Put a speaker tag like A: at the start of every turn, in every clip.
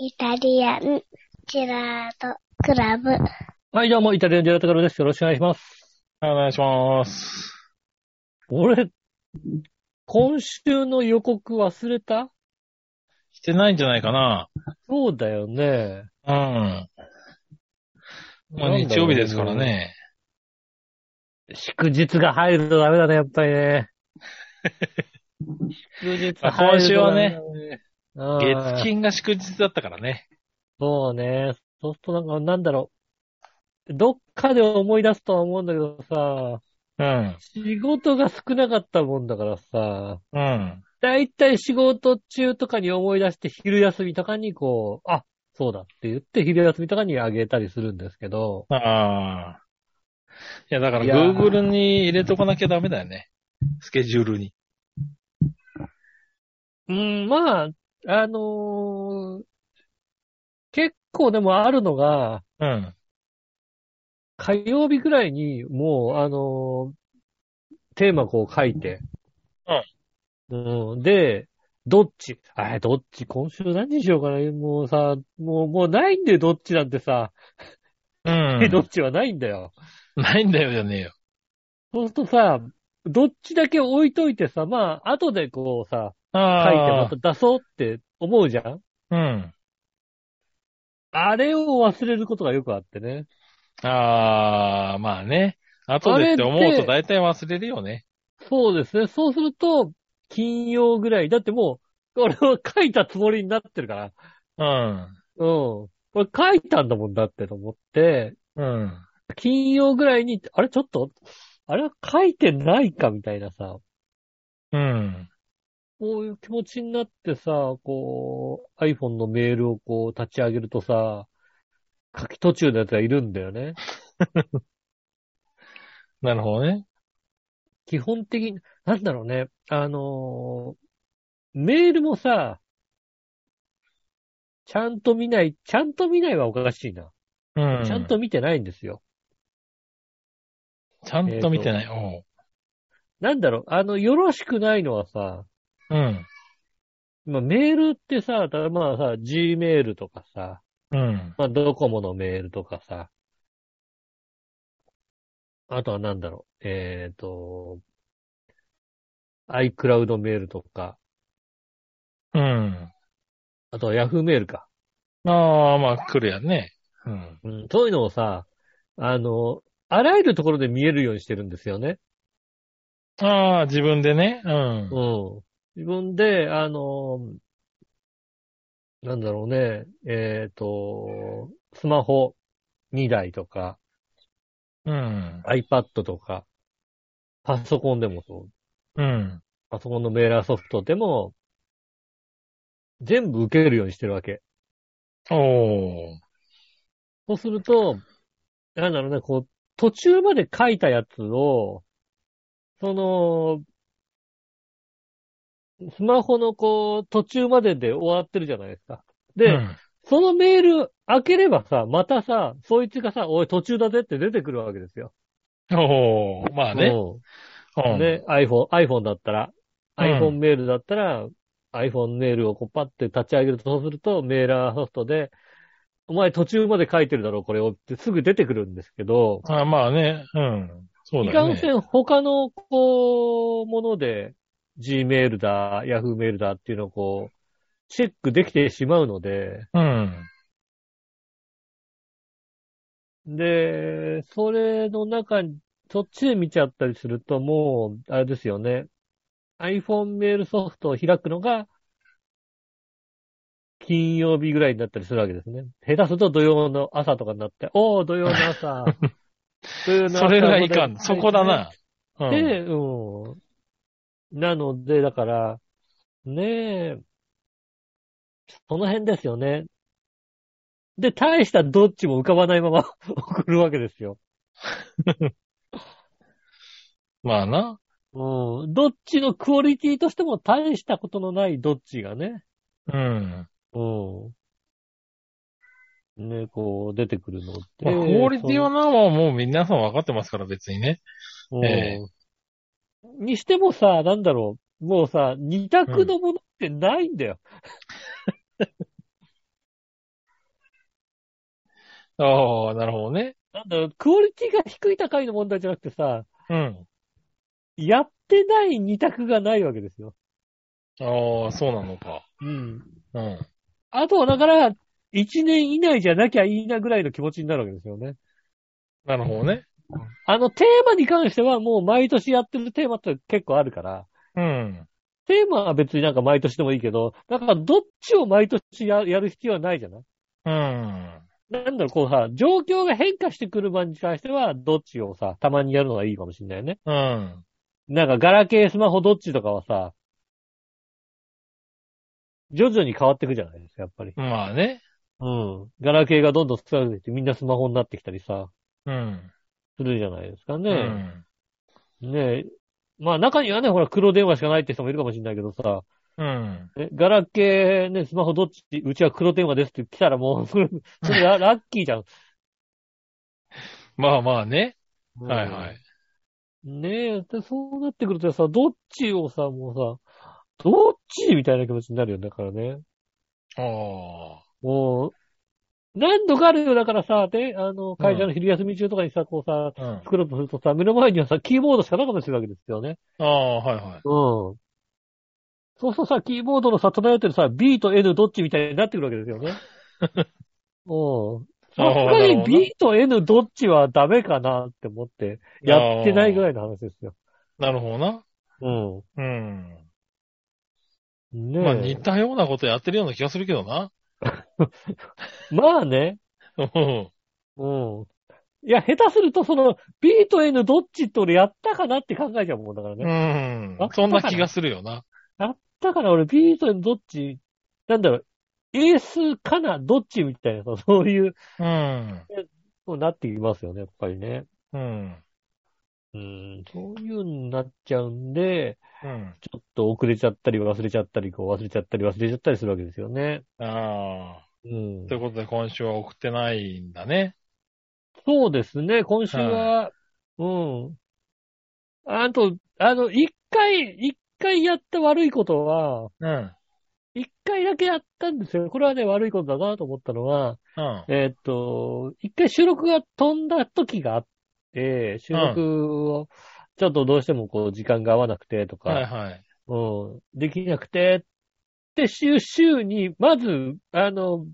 A: イタリアンジェラートクラブ。
B: はい、どうも、イタリアンジェラートクラブです。よろしくお願いします。
C: はい、お願いします。
B: 俺、今週の予告忘れた
C: してないんじゃないかな。
B: そうだよね。
C: うん。まあ、日曜日ですから。ね。
B: 祝日が入るとダメだね、やっぱり ね。祝日入るとダメだ
C: 今週はね、
B: うん
C: 月金が祝日だったからね。
B: そうね。そうするとなんか、なんだろう。どっかで思い出すとは思うんだけどさ、
C: うん。
B: 仕事が少なかったもんだからさ、
C: うん。
B: だいたい仕事中とかに思い出して昼休みとかにこう、あ、そうだって言って昼休みとかにあげたりするんですけど、
C: ああ。いや、だから
B: いやー
C: Google に入れとかなきゃダメだよね。スケジュールに。
B: うん、まあ、あのー結構でもあるのが、
C: うん。
B: 火曜日ぐらいに、もう、あのーテーマこう書いて。うん。で、どっちあれ、どっち今週何にしようかなもうさ、もう、もうないんだよ、どっちなんてさ。
C: う
B: ど
C: ん。
B: っちはないんだよ。
C: ないんだよ、じゃねえよ。
B: そうするとさ、どっちだけ置いといてさ、まあ、後でこうさ、書いてま
C: あ
B: た出そうって思うじゃん
C: あ。うん。
B: あれを忘れることがよくあってね。
C: ああ、まあね。後でって思うと大体忘れるよね。
B: そうですね。そうすると、金曜ぐらい。だってもう、俺は書いたつもりになってるから。
C: うん。
B: うん。俺書いたんだもんだってと思って、
C: うん。
B: 金曜ぐらいに、あれちょっと、あれは書いてないかみたいなさ、
C: うん。
B: こういう気持ちになってさ、こう、iPhone のメールをこう立ち上げるとさ、書き途中のやつがいるんだよね。
C: なるほどね。
B: 基本的に、なんだろうね、あのーメールもさ、ちゃんと見ない、ちゃんと見ないはおかしいな。
C: うん。
B: ちゃんと、見てないんですよ。
C: ちゃんと見てない。おう
B: なんだろう、あの、よろしくないのはさ、
C: うん。
B: まあ、メールってさ、ただまあさ、G メールとかさ、
C: うん。
B: まあ、ドコモのメールとかさ、あとはなんだろう、えっ、ー、と、iCloud メールとか、
C: うん。
B: あとは Yahoo メールか。
C: ああ、まあ、来るやんね。うん。
B: うん、そういうのをさ、あの、あらゆるところで見えるようにしてるんですよね。
C: ああ、自分でね。うん。
B: うん。自分で、あの、なんだろうね、えっ、と、スマホ2台とか、
C: うん。
B: iPad とか、パソコンでもそう、
C: うん。
B: パソコンのメーラーソフトでも、全部受けるようにしてるわけ。
C: おー。
B: そうすると、なんだろうね、こう、途中まで書いたやつを、その、スマホのこう、途中までで終わってるじゃないですか。で、
C: うん、
B: そのメール開ければさ、またさ、そいつがさ、おい途中だぜって出てくるわけですよ。
C: おー。まあね。
B: うん
C: うん。
B: ね、iPhone、iPhone だったら、
C: うん
B: iPhone メールだったら、iPhone メールをこうパッて立ち上げると、そうするとメーラーソフトで、お前途中まで書いてるだろ、これをってすぐ出てくるんですけど、
C: あまあね。うん。そう
B: い
C: だ
B: か
C: よ
B: ん
C: ね。
B: せん他の、こう、もので、G メールだ、Yahoo メールだっていうのをこう、チェックできてしまうので、
C: うん。
B: で、それの中に、そっちで見ちゃったりすると、もう、あれですよね。iPhone メールソフトを開くのが、金曜日ぐらいになったりするわけですね。下手すると土曜の朝とかになって、おー、土曜の 朝。土曜の朝
C: それがいかん。そこだな。うん。
B: で、うん。なので、だから、ねえ、その辺ですよね。で、大したどっちも浮かばないまま 送るわけですよ。
C: まあな。
B: うん。どっちのクオリティとしても大したことのないどっちがね。
C: うん。
B: うん。ね、こう、出てくるのって。
C: まあ、クオリティはな、もうもう皆さん分かってますから、別にね。
B: うん
C: え
B: にしてもさ、なんだろう。もうさ、二択のものってないんだよ。
C: ああ、なるほどね。
B: なんだろう、クオリティが低い高いの問題じゃなくてさ、
C: うん。
B: やってない二択がないわけですよ。
C: ああ、そうなのか。
B: うん。
C: うん。
B: あとはだから、一年以内じゃなきゃいいなぐらいの気持ちになるわけですよね。
C: なるほどね。
B: あの、テーマに関してはもう毎年やってるテーマって結構あるから、
C: うん。
B: テーマは別になんか毎年でもいいけど、だからどっちを毎年ややる必要はないじゃない
C: うん。
B: なんだろう、こうさ、状況が変化してくる場に関しては、どっちをさ、たまにやるのがいいかもしんないよね。
C: うん。
B: なんか、ガラケー、スマホ、どっちとかはさ、徐々に変わっていくじゃないですか、やっぱり。
C: まあね。
B: うん。ガラケーがどんどん少なくなってきて、みんなスマホになってきたりさ、
C: うん。
B: するじゃないですか
C: う
B: ね。
C: ん。
B: ねえ。まあ、中にはね、ほら、黒電話しかないって人もいるかもしんないけどさ、
C: うん。
B: えガラケー、ね、スマホ、どっちうちは黒電話ですって来たらもう、 それそれラ ラッキーじゃん。
C: まあまあね。はいはい。。
B: ねえ、でそうなってくるとさ、どっちをさ、もうさ、どっちみたいな気持ちになるよね、だからね。
C: あ
B: もう、何度かあるよ、だからさ、で、あの、会社の昼休み中とかにさ、こうさ、
C: あ。うん。
B: 作ろうとするとさ、目の前にはさ、キーボードしかなかったりするわけですよね。
C: ああ、はいはい。
B: うん。そうするとさ、キーボードのさ、漂ってるさ、B と N どっちみたいになってくるわけですよ ね。うん。さすがに B と N どっちはダメかなって思って、やってないぐらいの話ですよ。
C: なるほどな。
B: うん。
C: うん。
B: ねえ。
C: まあ似たようなことやってるような気がするけどな。
B: まあね。
C: うん。
B: うん。いや、下手すると、その、B と N どっちって俺やったかなって考えちゃうもんだからね。
C: う
B: やっ
C: ん
B: あ。
C: そんな気がするよな。
B: たから俺 B と N どっち、なんだろう、エースかなどっちみたいな さ、そういう、
C: うん。
B: そうなってきますよね、やっぱりね。
C: うん。
B: うん、そういうになっちゃうんで、
C: うん。
B: ちょっと遅れちゃったり忘れちゃったり、こう忘れちゃったり忘れちゃったりするわけですよね。
C: あ
B: うん
C: あ。とい。うことで今週は送ってないんだね。
B: そうですね、今週は、うん。あと、あの、一回、一回やった悪いことは、
C: うん。
B: 一回だけやったんですよ。これはね、悪いことだなと思ったのは、
C: うん。
B: えーっと、一回収録が飛んだ時があって、収録を、ちょっとどうしてもこう、時間が合わなくてとか、
C: はいはい。
B: うん、できなくて、で、週、週に、まず、あの、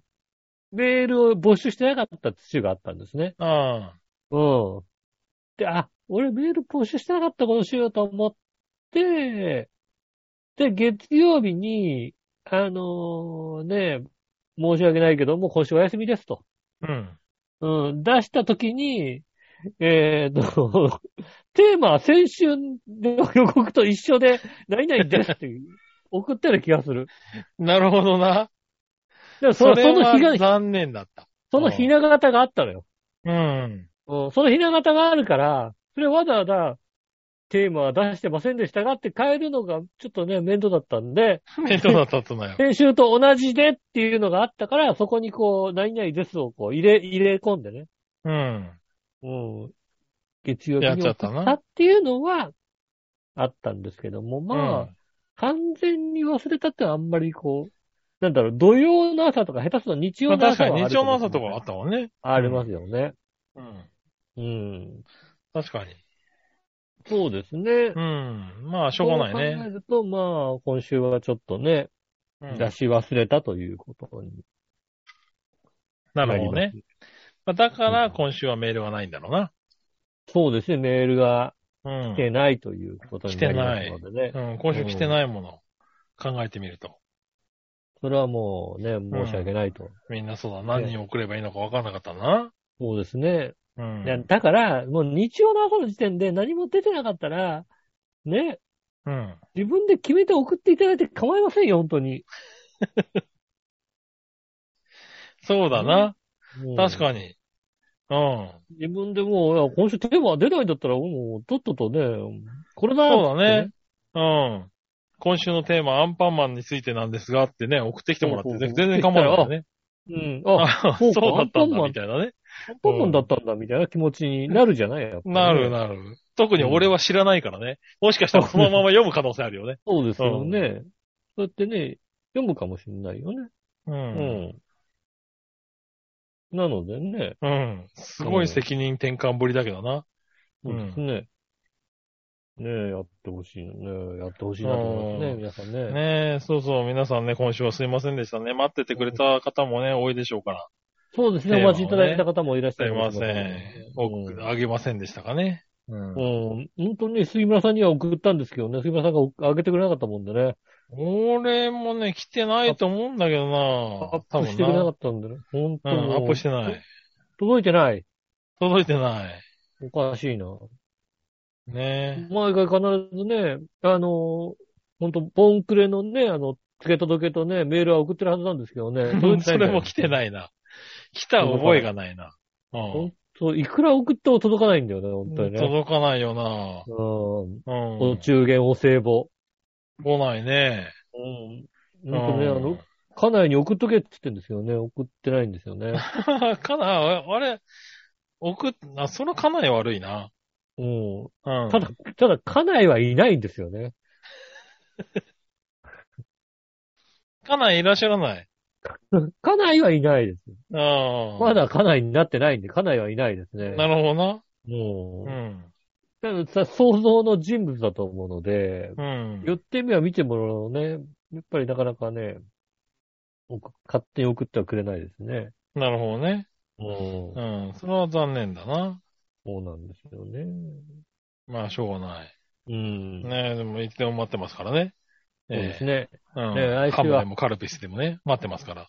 B: メールを募集してなかった週があったんですね。
C: うん。
B: うん。で、あ、俺メール募集してなかったことしようと思って、で、月曜日に、あのーね、申し訳ないけども、今週お休みですと。
C: うん。
B: うん、出した時に、えー、と、 テーマは先週の予告と一緒で、何々ですっていう送ったような気がする。
C: なるほどな。
B: でもそ
C: それ
B: その
C: は
B: 日が、
C: 残念だった。
B: そのひな形があったのよ。
C: うん。
B: うん、そのひな形があるから、それわざわざテーマは出してませんでしたがって変えるのがちょっとね、面倒だったんで、
C: 面倒だったとなよ。
B: 先週と同じでっていうのがあったから、そこにこう、何々ですをこう入れ、入れ込んでね、
C: うん。
B: うん、月曜日
C: やっ
B: に送
C: ちゃっ
B: った
C: な
B: たっていうのはあったんですけども、まあ、完全に忘れたってのはあんまりこう、なんだろう、土曜の朝とか下手すると日
C: うん、ま
B: 曜
C: あ
B: の
C: 確
B: 朝
C: か
B: はある
C: に
B: け
C: 日
B: ど
C: 曜の朝とかはあったもんね。
B: ありますよね。
C: うん。
B: うん。
C: 確かに。
B: そうですね
C: う。ん。まあ、しょうがない
B: そう考え
C: ね。
B: ると、まあ、今週はちょっとね、
C: うん
B: 出し忘れたということに
C: な
B: な
C: る
B: り
C: ほど
B: ます。
C: ね。まあだから、今週はメールはないんだろう
B: そうですね、メールが
C: な。うん
B: 来。てないということになりますのでね。
C: うん、今週来てないもの、考えてみると。
B: それはもうね、申し訳ないと。
C: みんなそうだ、何に送ればいいのか分からなかったな。
B: そうですね。
C: うん。
B: いやだから、もう日曜の朝の時点で何も出てなかったら、ね、
C: うん。
B: 自分で決めて送っていただいて構いませんよ、本当に。
C: そうだな。
B: うん
C: 確かに。うん。
B: 自分でもう、いや今週テーマ出ないんだったら、もう、とっととね、これだ
C: そうだね。うん。今週のテーマ、アンパンマンについてなんですがってね、送ってきてもらって、
B: そうそう
C: 全然構わないね。
B: うん。あ、
C: あ、
B: そ
C: そうう
B: か
C: だったんだ、
B: アン
C: みたいなね。
B: アンパンマンだったんだ、みたいな気持ちになるじゃないやっぱりね
C: なるなる。特に俺は知らないからね。もしかしたらそのまま読む可能性あるよね。
B: そうですよね。そうやってね、読むかもしれないよね。う
C: う。
B: んん。なのでね、
C: うん。すごい責任転換ぶりだけどな。
B: そうですね。ねえ、やってほしいね。やってほしいなと思いますね、
C: うん
B: 皆さんね。
C: ねえ、そうそう、皆さんね、今週はすいませんでしたね。待っててくれた方もね、多いでしょうから。
B: そうですね、
C: テー
B: お
C: マをね
B: 待ちいただいた方もいらっし
C: す
B: ゃ
C: い
B: い
C: ま
B: ます
C: せん。
B: うん
C: おあげませんでしたかね。うん
B: うん、本当に杉村さんには送ったんですけどね、杉村さんがおあげてくれなかったもんでね、
C: 俺もね、来てないと思うんだけど
B: ア
C: な。
B: ップしてくれなかったんでね、本
C: 多
B: 当
C: 分
B: にも
C: な。う
B: う。
C: ん、アップしてない。
B: 届いてない。
C: 届いてない。
B: おかしいな。
C: ね
B: 毎回必ずね、あの、本当ボンクレのね、あの、付け届けとね、メールは送ってるはずなんですけどね、届いてないん
C: え。
B: だ
C: そ
B: よ
C: れも来てないな。来た覚えがないな。うん
B: 本。当、いくら送っても届かないんだよね、本当にね。
C: 届かないよな。
B: うん。
C: うん。
B: お中元、お歳暮。
C: 来ないね。
B: うん。
C: うん
B: 本当ね、あの、家内に送っとけって言ってんですけどね、送ってないんですよね。
C: かな、あれ、送っ、あ、そのかなり悪いな。
B: うん。
C: うん。
B: ただ、ただ、家内はいないんですよね。
C: かなりいらっしゃらない。
B: 家内はいないです。
C: ああ。
B: ま。だ家内になってないんで、家内はいないですね。
C: なるほどな。
B: もう、
C: うん。
B: たださ想像の人物だと思うので、
C: うん。
B: 寄ってみは見てもらうのね、やっぱりなかなかね、送勝手に送ってはくれないですね。
C: なるほどね。
B: うん。
C: うん。それは残念だな。
B: そうなんですよね。
C: まあ、しょうがない。
B: うん。
C: ねえ、でも、いつでも待ってますからね。
B: そうです
C: ね。
B: ね。
C: うん。
B: ねえ来週は
C: ハムでもカルピスでもね、待ってますから。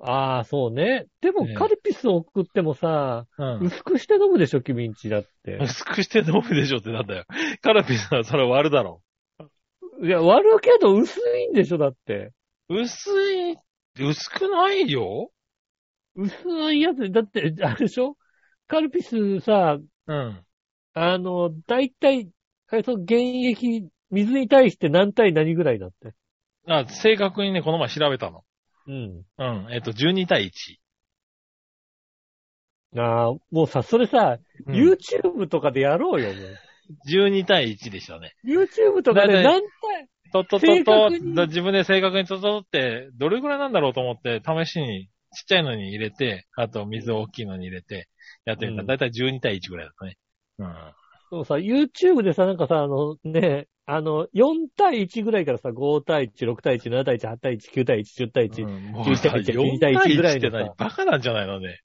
B: ああ、そうね。でも
C: ね、
B: カルピスを送ってもさ、
C: うん。
B: 薄くして飲むでしょ、君んちだって。
C: 薄くして飲むでしょってなんだよ。カルピスはそれ割るだろ。
B: いや、割るけど薄いんでしょ、だって。
C: 薄い、薄くないよ
B: 薄いやつ、だって、あれでしょカルピスさ、
C: うん。
B: あの、だいたい、あれそう、原液、水に対して何対何ぐらいだって。
C: あ、正確にね、この前調べたの。
B: うん。
C: うん。えっと、12対1。
B: ああ、もうさ、それさ、
C: うん
B: YouTube とかでやろうよ、もう。
C: 12対1でしたね。
B: YouTube とかで
C: だ
B: 何対、
C: とっとっと
B: 正
C: っと
B: 確に、
C: だ自分で正確にとっとっとって、どれぐらいなんだろうと思って、試しに、ちっちゃいのに入れて、あと水を大きいのに入れて、やってみた
B: うん
C: ら、だいたい12対1ぐらいだったね。うん。
B: そうさ、YouTube でさ、なんかさ、あのね、あの、4対1ぐらいからさ、5対1、6対1、7対1、8対1、9対1、10対1、
C: うんもうさ
B: 11対1
C: 4対1
B: ぐら
C: っ
B: い
C: て
B: のさ
C: 何バカなんじゃないのね。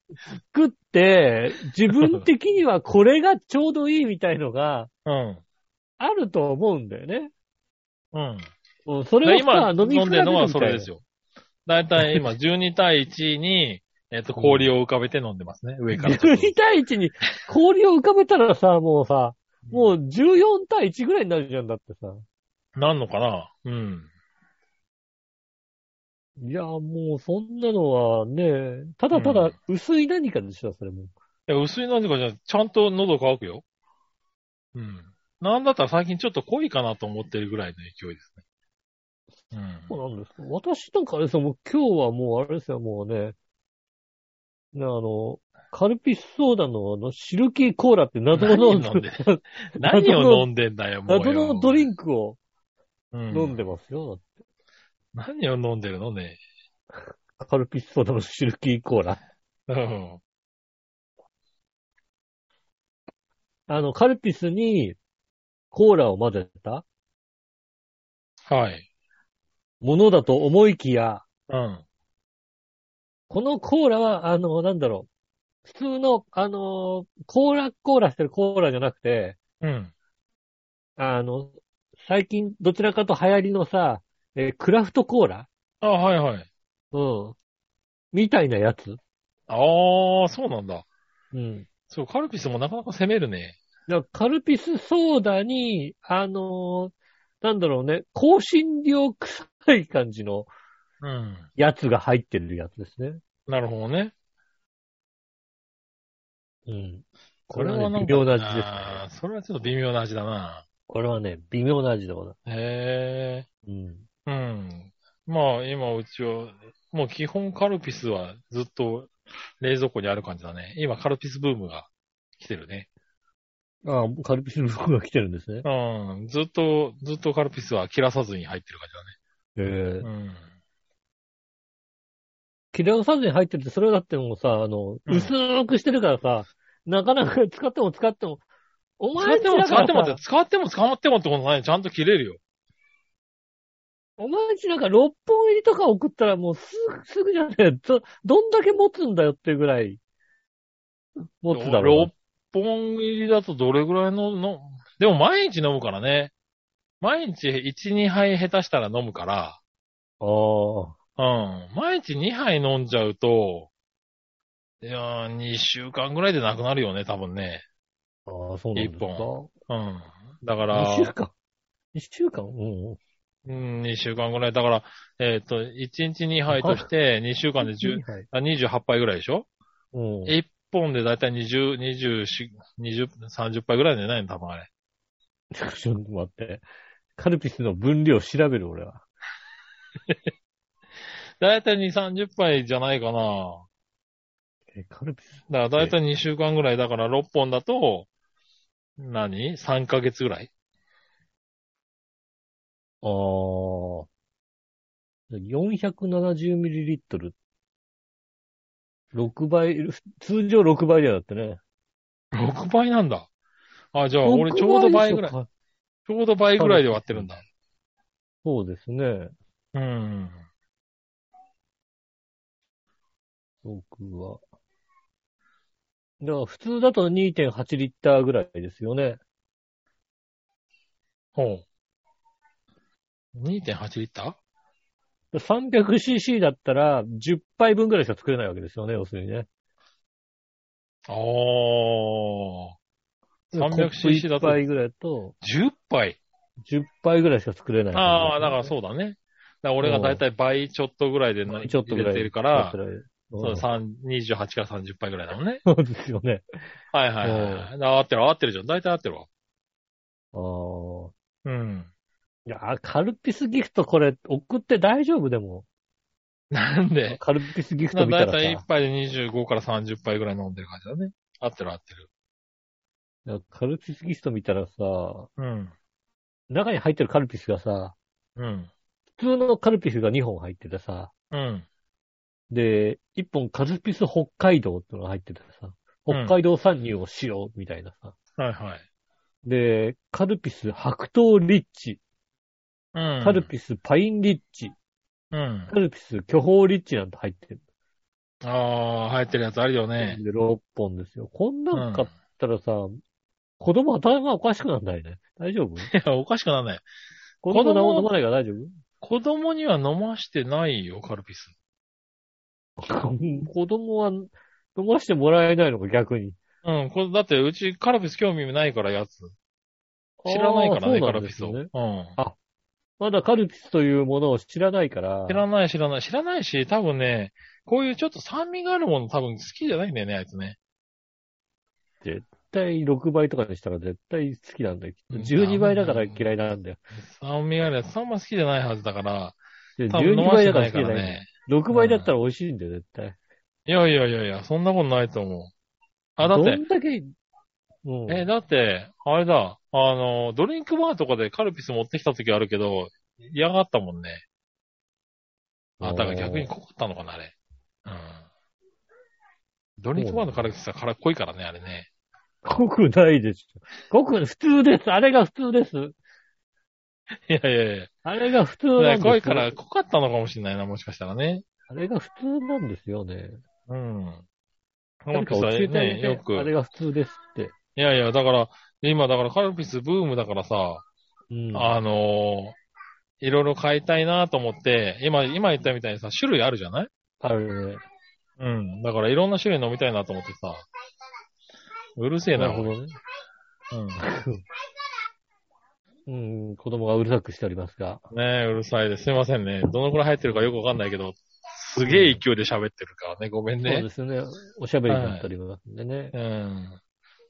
B: 作って、自分的にはこれがちょうどいいみたいのが
C: うん。
B: あると思うんだよね。
C: うん。
B: うん、それ
C: で
B: をさ
C: 今、
B: 飲み
C: 飲
B: 比
C: ん
B: べるみた
C: でる
B: い
C: の
B: な
C: はそれですよ。だいたい今、12対1に、えっと、氷を浮かべて飲んでますね。上からちょっと。
B: 12対1に氷を浮かべたらさ、もうさ、 もう14対1ぐらいになるじゃんだってさ。
C: なんのかなうん。
B: いや、もうそんなのはね、ただた
C: う
B: だ
C: ん
B: 薄い何かでしょ、それも。
C: いや、薄いなんとかじゃなくて、ちゃんと喉乾くよ。うん。なんだったら最近ちょっと濃いかなと思ってるぐらいの勢いですね。う
B: そうなんですか。私なんかあれですよ、もう今日はもうあれですよ、もうね、ねあの、カルピスソーダのあの、シルキーコーラって 謎の
C: 何飲んでん。何を飲んでんだよ、もうよ。
B: 謎のドリ
C: ン
B: ンクを
C: ク飲
B: 飲んでますよ。
C: 何を飲んでるのね。
B: カルピスソーダのシルキーコーラ。
C: うん。
B: あの、カルピスにコーラを混ぜた
C: はい。
B: ものだと思いきや、
C: うん。
B: このコーラは、あの、なんだろう。普通の、あの、コーラ、コーラしてるコーラじゃなくて、
C: うん。
B: あの、最近どちらかと流行りのさ、えークラフトコーラ
C: あ、はいはい。
B: うん。みたいなやつ
C: ああ、そうなんだ。
B: うん。
C: そう、カルピスもなかなか攻めるね。
B: だからカルピスソーダに、あのーなんだろうね、香辛料臭い感じの
C: うん。
B: やつが入ってるやつですね。
C: なるほどね。
B: うん。こ
C: こ
B: れ
C: れ
B: は
C: はな
B: ね、微妙
C: んか
B: な味です
C: あ
B: ね。
C: ーそれはちょっと微妙な味だな。
B: これはね、微妙な味だな。
C: へえ。
B: うん。
C: うん。まあ、今、うちは、もう基本カルピスはずっと冷蔵庫にある感じだね。今、カルピスブームが来てるね。
B: ああ、カルピスの服が来てるんですね。
C: うん。ずっと、ずっとカルピスは切らさずに入ってる感
B: ええ
C: じだね。
B: 切れのサンジに入ってるって、それだってもうさ、あの、
C: うん
B: 薄くしてるからさ、なかなか使っても使っても、お
C: 使
B: 前
C: っ
B: ん
C: て
B: ちだ
C: も
B: から
C: 使っても
B: さ
C: って、使っても使ってもってことないよちゃんと切れるよ。
B: お前んちなんか6本入りとか送ったらもうすぐ、すぐじゃねえ。ど、どんだけ持つんだよっていうぐらい、持つだろう
C: 6本入りだとどれぐらいの、の、でも毎日飲むからね。毎日1、2杯下手したら飲むから、
B: な。ああ。
C: うん。毎日2杯飲んじゃうと、いやー、2週間ぐらいでなくなるよね、多分ね。
B: ああ、そうなんですか。
C: 一本うん。だか
B: 一
C: ら、
B: 週間。一週間うん。
C: うん、2週間ぐらい。だから、えっ、と、1日2杯として、2週間で10
B: はい。
C: あ28杯ぐらいでしょ
B: うん。
C: ?1 本でだいたい20、24、20、30杯ぐらいじゃないの、多分あれ。
B: ちょっと待って。カルピスの分量調べる、俺は。
C: だいたい2、30杯じゃないかな。
B: え、カルピス
C: だからだいたい2週間ぐらい。だから6本だと、何 ?3 ヶ月ぐらい
B: ああ。470ml。6倍、通常6倍だよ、だってね。
C: ?6 倍なんだ。あ、じゃあ俺ちょうど倍ぐらい。
B: い。
C: ちょうど倍ぐらいで割ってるんだ。
B: そうですね。
C: うん。
B: 僕は。だから普通だと2.8リッターぐらいですよね。
C: ほう。2.8リッター
B: 300cc だったら10杯分ぐらいしか作れないわけですよね、要するにね。
C: ああ。300cc だ
B: コ
C: と
B: ップ1杯ぐらいだと
C: 10杯。
B: 10杯ぐらいしか作れない、
C: ああ、だからそうだね。だから俺がだいたい倍ちょっとぐらいで
B: う
C: な
B: ちょっとぐら
C: 入れ
B: い。
C: てるか
B: う、
C: ら、そうん
B: そ
C: 三28から30杯ぐらいだもんね。
B: うですよね。
C: はいはいはい。だから合ってる合ってるじゃん。だいたい合ってるわ。
B: ああ。
C: うん。
B: いや、カルピスギフトこれ送って大丈夫でも。
C: なんで、
B: カルピスギフ
C: だ
B: ト
C: い
B: 見たら
C: たい1
B: さ。
C: 杯で25から30杯ぐらい飲んでる感じだね。合ってる合ってる。
B: カルピスギフト見たらさ、
C: うん。
B: 中に入ってるカルピスがさ、
C: うん。
B: 普通のカルピスが2本入っててさ、
C: うん。
B: で、一本カルピス北海道ってのが入っててさ、
C: うん
B: 北海道産乳をしようみたいなさ。
C: はいはい。
B: で、カルピス白桃リッチ、
C: うん。
B: カルピスパインリッチ、
C: うん。
B: カルピス巨峰リッチなんて入ってる。
C: ああ、入ってるやつあるよね。
B: で、6本ですよ。こん
C: う
B: なん
C: ん。
B: 買ったらさ、子供頭がおかしくなんないね。大 丈夫
C: いや、おかしくならない。
B: 子
C: 供
B: 供何も飲まないから大丈
C: 子供には飲ましてないよ、カルピス。
B: 夫子供は飲ましてもらえないのか逆に。
C: うん、これだってうちカルピス興味ないからやつ。知らないからね、
B: あー
C: カルピス
B: そ
C: を。
B: う
C: う
B: なんですね
C: ん。
B: まだカルピスというものを知らないから。
C: 知らない、知らない。知らないし、多分ね、こういうちょっと酸味があるもの多分好きじゃないんだよね、あいつね。
B: 絶対6倍とかにしたら絶対好きなんだよ。
C: うん
B: 12倍だから嫌いなんだよ。
C: 酸味があるやつ、あんま好きじゃないはずだから、
B: で
C: 多分飲
B: 12
C: まし
B: 倍
C: て
B: だか
C: な
B: ら好
C: い
B: き
C: か
B: じゃ
C: ら
B: ない。
C: ね。
B: 6倍だったら美味しいんだよ、絶対。
C: いやいやいやいや、そんなことないと思う。あ、だっ
B: ど
C: て
B: ん、だけ、うん。
C: え、だって、あれだ、あの、ドリンクバーとかでカルピス持ってきた時あるけど、嫌がったもんね。あ、だから逆に濃かったのかな、あれ。うん。ドリンクバーのカルピスは辛っこいからね、あれね。
B: 濃くないでしょ。濃く、普通です。あれが普通です。
C: いやいやいや。
B: あれが普通
C: だ
B: な
C: か
B: ん
C: ら
B: です
C: 濃いから濃かったのかもしれないな、もしかしたらね。
B: あれが普通なんですよね。
C: うん。カ
B: なん
C: ル
B: か
C: ピス
B: 教
C: は
B: えてあげ
C: ね、
B: て
C: よ
B: あれ
C: く。
B: が普通ですって。
C: いやいや、だから、今だからカルピスブームだからさ、
B: うん。
C: あのーいろいろ買いたいなと思って、今、今言ったみたいにさ、種類あるじゃない
B: あるね。
C: うん。だからいろんな種類飲みたいなと思ってさ、うるせえ
B: な
C: な、
B: るほどね。
C: うん。
B: うん、子供がうるさくしておりますが。
C: ねえ、うるさいです。すいませんね。どのくらい入ってるかよくわかんないけど、すげえ勢いで喋ってるからね。ごめん
B: そう
C: ね
B: で。すね。おしゃべりになっておりますんでね。
C: うん。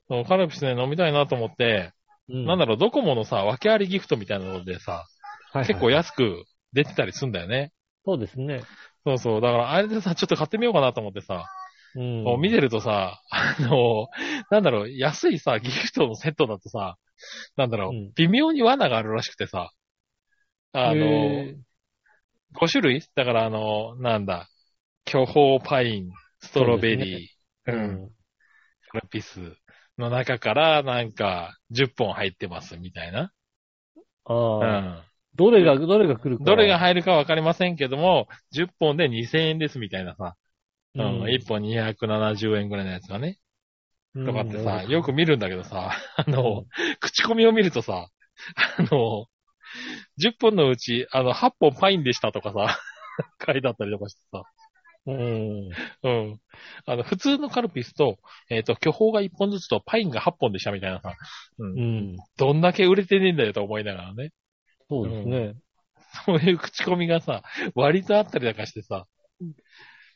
C: そうカルピスね、飲みたいなと思って、なんだ
B: ろ
C: ろう、ドコモのさ、訳ありギフトみたいなのでさ、
B: う
C: 結構安く出てたりすんだよね。
B: そうですね。
C: そうそう。だから、あれでさ、ちょっと買ってみようかなと思ってさ、
B: うん。
C: こう見てるとさ、 あの、なんだろう、安いさ、ギフトのセットだとさ、なんだろう、
B: うん
C: 微妙に罠があるらしくてさ、あの、
B: へ
C: 5種類だからあの、なんだ、巨峰パイン、ストロベリー、
B: う
C: うん。カルピスの中からなんか10本入ってますみたいな。う
B: ああ、
C: ん。
B: どれが、どれが来るか。
C: どれが入るかわかりませんけども、10本で2000円ですみたいなさ。うん。1本270円ぐらいのやつがね。
B: 本
C: とかってさ、よく見るんだけどさ、あの、口コミを見るとさ、あの、10本のうち、あの、8本パインでしたとかさ、 書いてあったりとかしてさ、
B: うん。
C: うん。あの、普通のカルピスと、えっ、と、巨峰が1本ずつとパインが8本でしたみたいなさ、うん
B: うん。
C: どんだけ売れてねえんだよと思いながらね。
B: そうですね。
C: そういう口コミがさ、割とあったりなんかしてさ、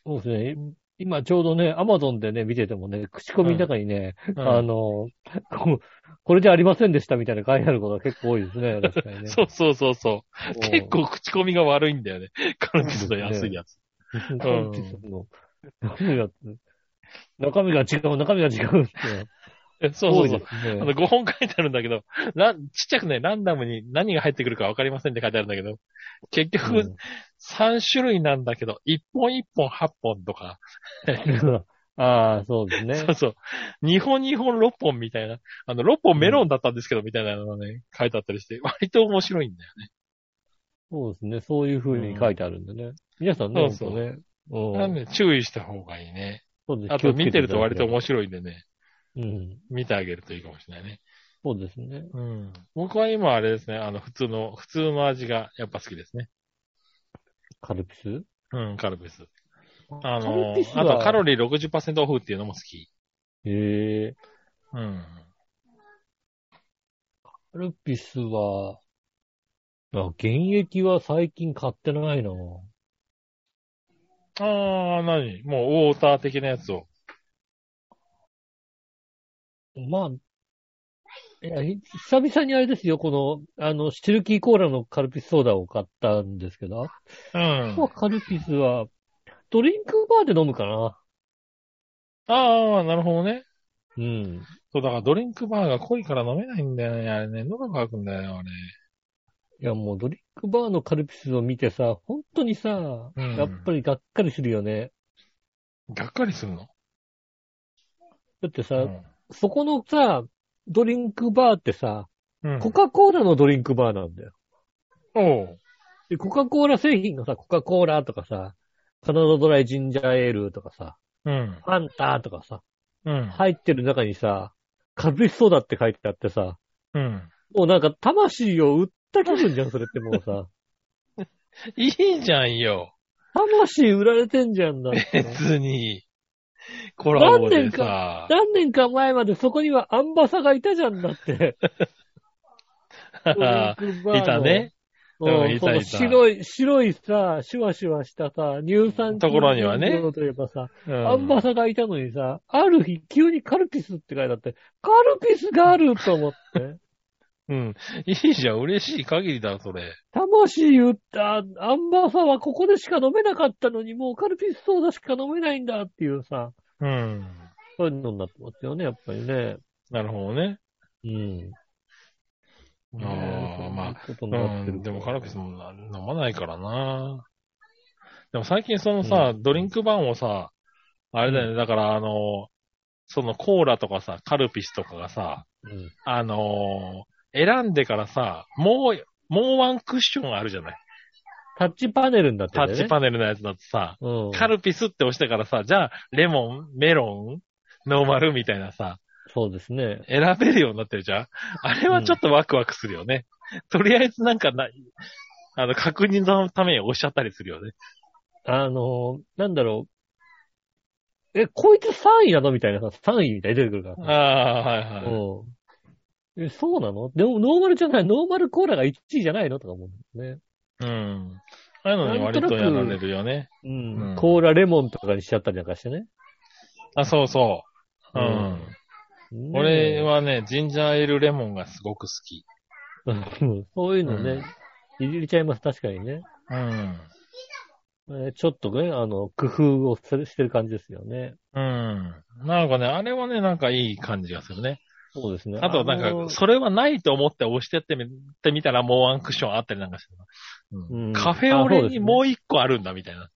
B: そうですね。今ちょうどね、アマゾンでね、見ててもね、口コミの中にね、
C: うん
B: あの、ここれじゃありませんでしたみたいな書いてあることが結構多いです ね。確かにね。
C: そうそうそうそう。
B: うん
C: 結。構口コミが悪いんだよね。カルピスの安いやつ。
B: なんていうの中身が、中身が違う、中身が違うって。
C: そう
B: 多
C: そうそう
B: い。ですね
C: あの、5本書いてあるんだけど、 ランちっちゃくね、ランダムに何が入ってくるかわかりませんって書いてあるんだけど、結
B: う
C: 局、
B: ん
C: 3種類なんだけど、1本1本8本とか、
B: ああ、そうですね
C: そ。うそう、2本2本6本みたいな、あの、6本メロンだったんですけど、みたいなのがね、書いてあったりして、割と面白いんだよね。
B: そうですね。そういう風に書いてあるんでね。皆さんね、
C: そうそう
B: ほんとね。
C: なん
B: うん。
C: で、注意した方がいいね。
B: そうです
C: あと、見てると割と
B: 面
C: 面白いんでね、
B: 白い。うん。
C: 見てあげるといいかもしれないね。
B: そうですね。
C: うん。僕は今あれですね、あの、普通の、普通の味がやっぱ好きですね。
B: カルピス
C: うん、カルピス。
B: カ
C: あ
B: ル
C: の
B: ピス、
C: あ
B: は
C: とカロリー60%オフっていうのも好き。
B: へえ。
C: うん。
B: カルピスは、あ、現役は最近買ってないな。
C: ああ、なにもうウォーター的なやつを。
B: まあ、いや、ひ久々にあれですよ、この、あの、シルキーコーラのカルピスソーダを買ったんですけど、
C: うん。
B: まあカルピスは、ドリンクバーで飲むかな。
C: ああ、なるほどね。
B: うん。
C: そう、だからドリンクバーが濃いから飲めないんだよね、あれね。喉が渇くんだよね、
B: いや、もうドリンクバーのカルピスを見てさ、本当にさ、
C: うん
B: やっぱりがっかりするよね。
C: あれ。がっかりするの。
B: だってさ、
C: うん
B: そこのさ、ドリンクバーってさ、
C: うん。
B: コカ・コーラのドリンクバーなんだよ。
C: おう。
B: で、コカ・コーラ製品がさ、コカ・コーラとかさ、カナダドライジンジャーエールとかさ、
C: うん。
B: ファンタとかさ、
C: うん。
B: 入ってる中にさ、カルピスソーダって書いてあってさ、
C: うん。
B: もうなんか魂を売った気分じゃん、それってもう さ。
C: いいじゃんよ。
B: 魂売られてんじゃんだって。
C: 別に。コラボでさ。
B: 何年か前までそこにはアンバサがいたじゃんだって。
C: いたね。
B: う
C: うん
B: ん、
C: い
B: そ
C: た
B: の
C: いた
B: 白い、白いさ、シュワシュワしたさ、乳酸菌
C: ところにはね
B: といえばさ、
C: うん
B: アンバサがいたのにさ、ある日急にカルピスって書いてあって、カルピスがあると思 って、
C: うん。いいじゃん。嬉しい限りだ、それ。
B: 魂言った、アンバサはここでしか飲めなかったのに、もうカルピスソーダしか飲めないんだっていうさ、
C: うん。
B: そういうのになってますよね、やっぱりね。
C: なるほどね。
B: うん。
C: あー
B: ねえ
C: まあ、
B: そういうことになって
C: う
B: る
C: ん、でもカルピスもな飲まないからな。でも最近そのさ、ドリンク版をさ、あれだよね、だからあの、そのコーラとかさ、カルピスとかがさ、
B: うん
C: あのー選んでからさ、もう、もうワンクッションあるじゃない。
B: タッチパネルになって
C: タ
B: る
C: ッチパネルのやつだとさ、
B: ネル。うん。
C: カルピスって押してからさ、じゃあ、レモン、メロン、ノーマルみたいなさ、
B: そうですね。
C: 選べるようになってるじゃんあれはちょっとワクワクするよね。とりあえずなんかな、あの、確認のために押しちゃったりするよね。
B: あのーなんだろう。え、こいつ3位なのみたいなさ、3位みたいに出てくるからさ。
C: ああ、はいはい。
B: うん。え、そうなのでも、ノーマルじゃない、ノーマルコーラが1位じゃないのとか思うんだよね。
C: うん。ああいうのに割
B: なん
C: と
B: とな
C: や
B: く
C: られるよね。
B: うん。
C: うん
B: コーラレモンとかにしちゃったりなんかしてね。
C: あ、そうそう。う
B: うん
C: ん。
B: ね
C: 俺、はね、ジンジャーエールレモンがすごく好き。
B: うん そういうのね、いじれちゃいます、確かにね。
C: うん。
B: えーちょっとね、あの、工夫をするしてる感じですよね。
C: うん。なんかね、あれはね、なんかいい感じがするね。
B: そうですね。
C: あと、な
B: あの
C: んか、それはないと思って押してってみてみたら、もうワンクッションあったりなんかして、うん
B: うん
C: カフェオレにもう一個あるんだ、みたいな。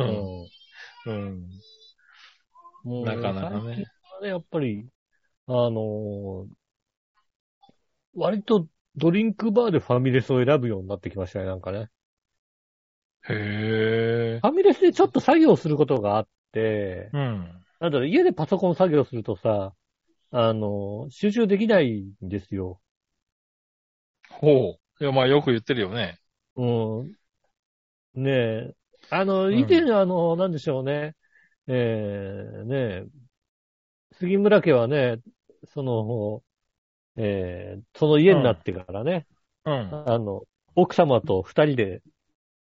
B: うん
C: うん。
B: もう
C: なかなか
B: 最
C: ね。
B: 近はねやっぱり、あのー割とドリンクバーでファミレスを選ぶようになってきましたね、なんかね。
C: へえ。
B: ファミレスでちょっと作業することがあって、
C: うん。
B: なんだろう、家でパソコン作業するとさ、あのー集中できないんですよ。
C: ほう。いや、まあよく言ってるよね。
B: うん。ねえ。あの、
C: ん
B: 以前、あの、なんでしょうね。えー、ねえ。杉村家はね、その、えー、その家になってからね、
C: うん。
B: あの、奥様と二人で、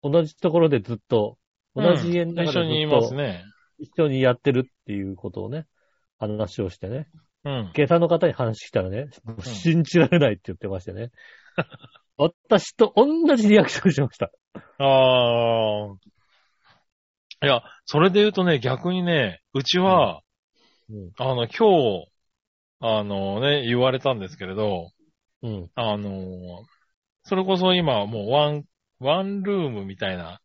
B: 同じところでずっと、同じ家の中でず
C: 一緒
B: っ
C: にいます
B: と
C: ね。
B: 一緒にやってるっていうことをね、話をしてね。
C: うん。
B: 下駄の方に話したらね、もう信じられないって言ってまして ね。私と同じリアクションしました。
C: ああ。いや、それで言うとね、逆にね、うちは、
B: うん
C: あの、今日、あのね、言われたんですけれど、
B: うん。
C: あの、それこそ今もうワン、ワンルームみたいな、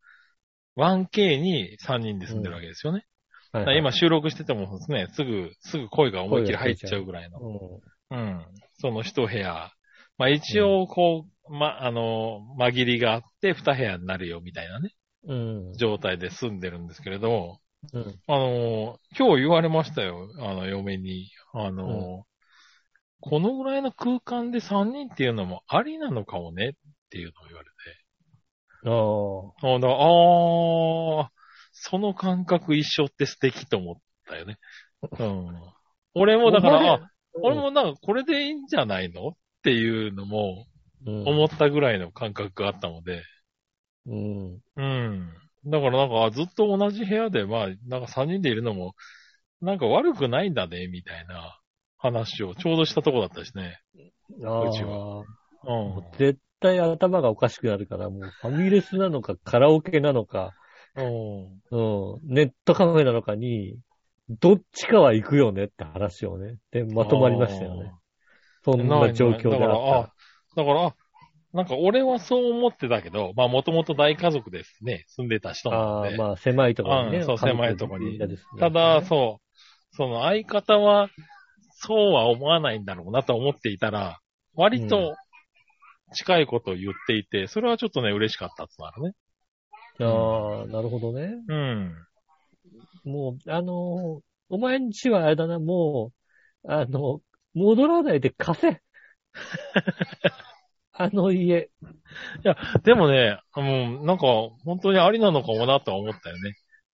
C: 1K に3人で住んでるわけですよね。
B: は
C: だから今収録しててもですね、すぐ、すぐ声が思いっきり入っちゃうぐらいの。
B: う
C: うん。その一部屋。まあ一応、こう、ま、あの、間切りがあって二部屋になるよみたいなね、
B: ん。
C: 状態で住んでるんですけれど、
B: うん。
C: あの、今日言われましたよ、あの、嫁に。あの、
B: う
C: このぐらいの空間で三人っていうのもありなのかもねっていうのを言われて。
B: ああ。
C: あだあー、その感覚一緒って素敵と思ったよね。うん。俺もだから、あ俺、もなんかこれでいいんじゃないのっていうのも
B: 思
C: 思ったぐらいの感覚があったので、
B: うん。
C: うん。だからなんかあずっと同じ部屋で、まあ、なんか3人でいるのも、なんか悪くないんだね、みたいな話をちょうどしたとこだったですね。
B: あ
C: うち
B: あ。も
C: う
B: う絶対頭がおかしくなるから、もうファミレスなのか、カラオケなのか、
C: ん。うん。
B: うん、ネットカフェなのかに、どっちかは行くよねって話をね。で、まとまりましたよね。そんな状況
C: だ
B: で
C: から、
B: あっ
C: あ、だから、あなんか俺はそう思ってたけど、まあもともと大家族ですね、住んでた人
B: た。
C: なの
B: ああ
C: で。
B: まあ、狭いところに
C: う
B: ね。
C: んそう狭いとこに
B: みんなですね
C: ただ、、そう、その相方は、そうは思わないんだろうなと思っていたら、割
B: う
C: と近いことを言っていて、それはちょっとね、嬉しかったっつうのはね。
B: ああ、なるほどね。
C: うん。
B: もう、あのーお前んちはあれだな、もう、あの、戻らないで貸せ。 あの家。
C: でもね、うん、なんか、本当にありなのかもなとは思ったよね。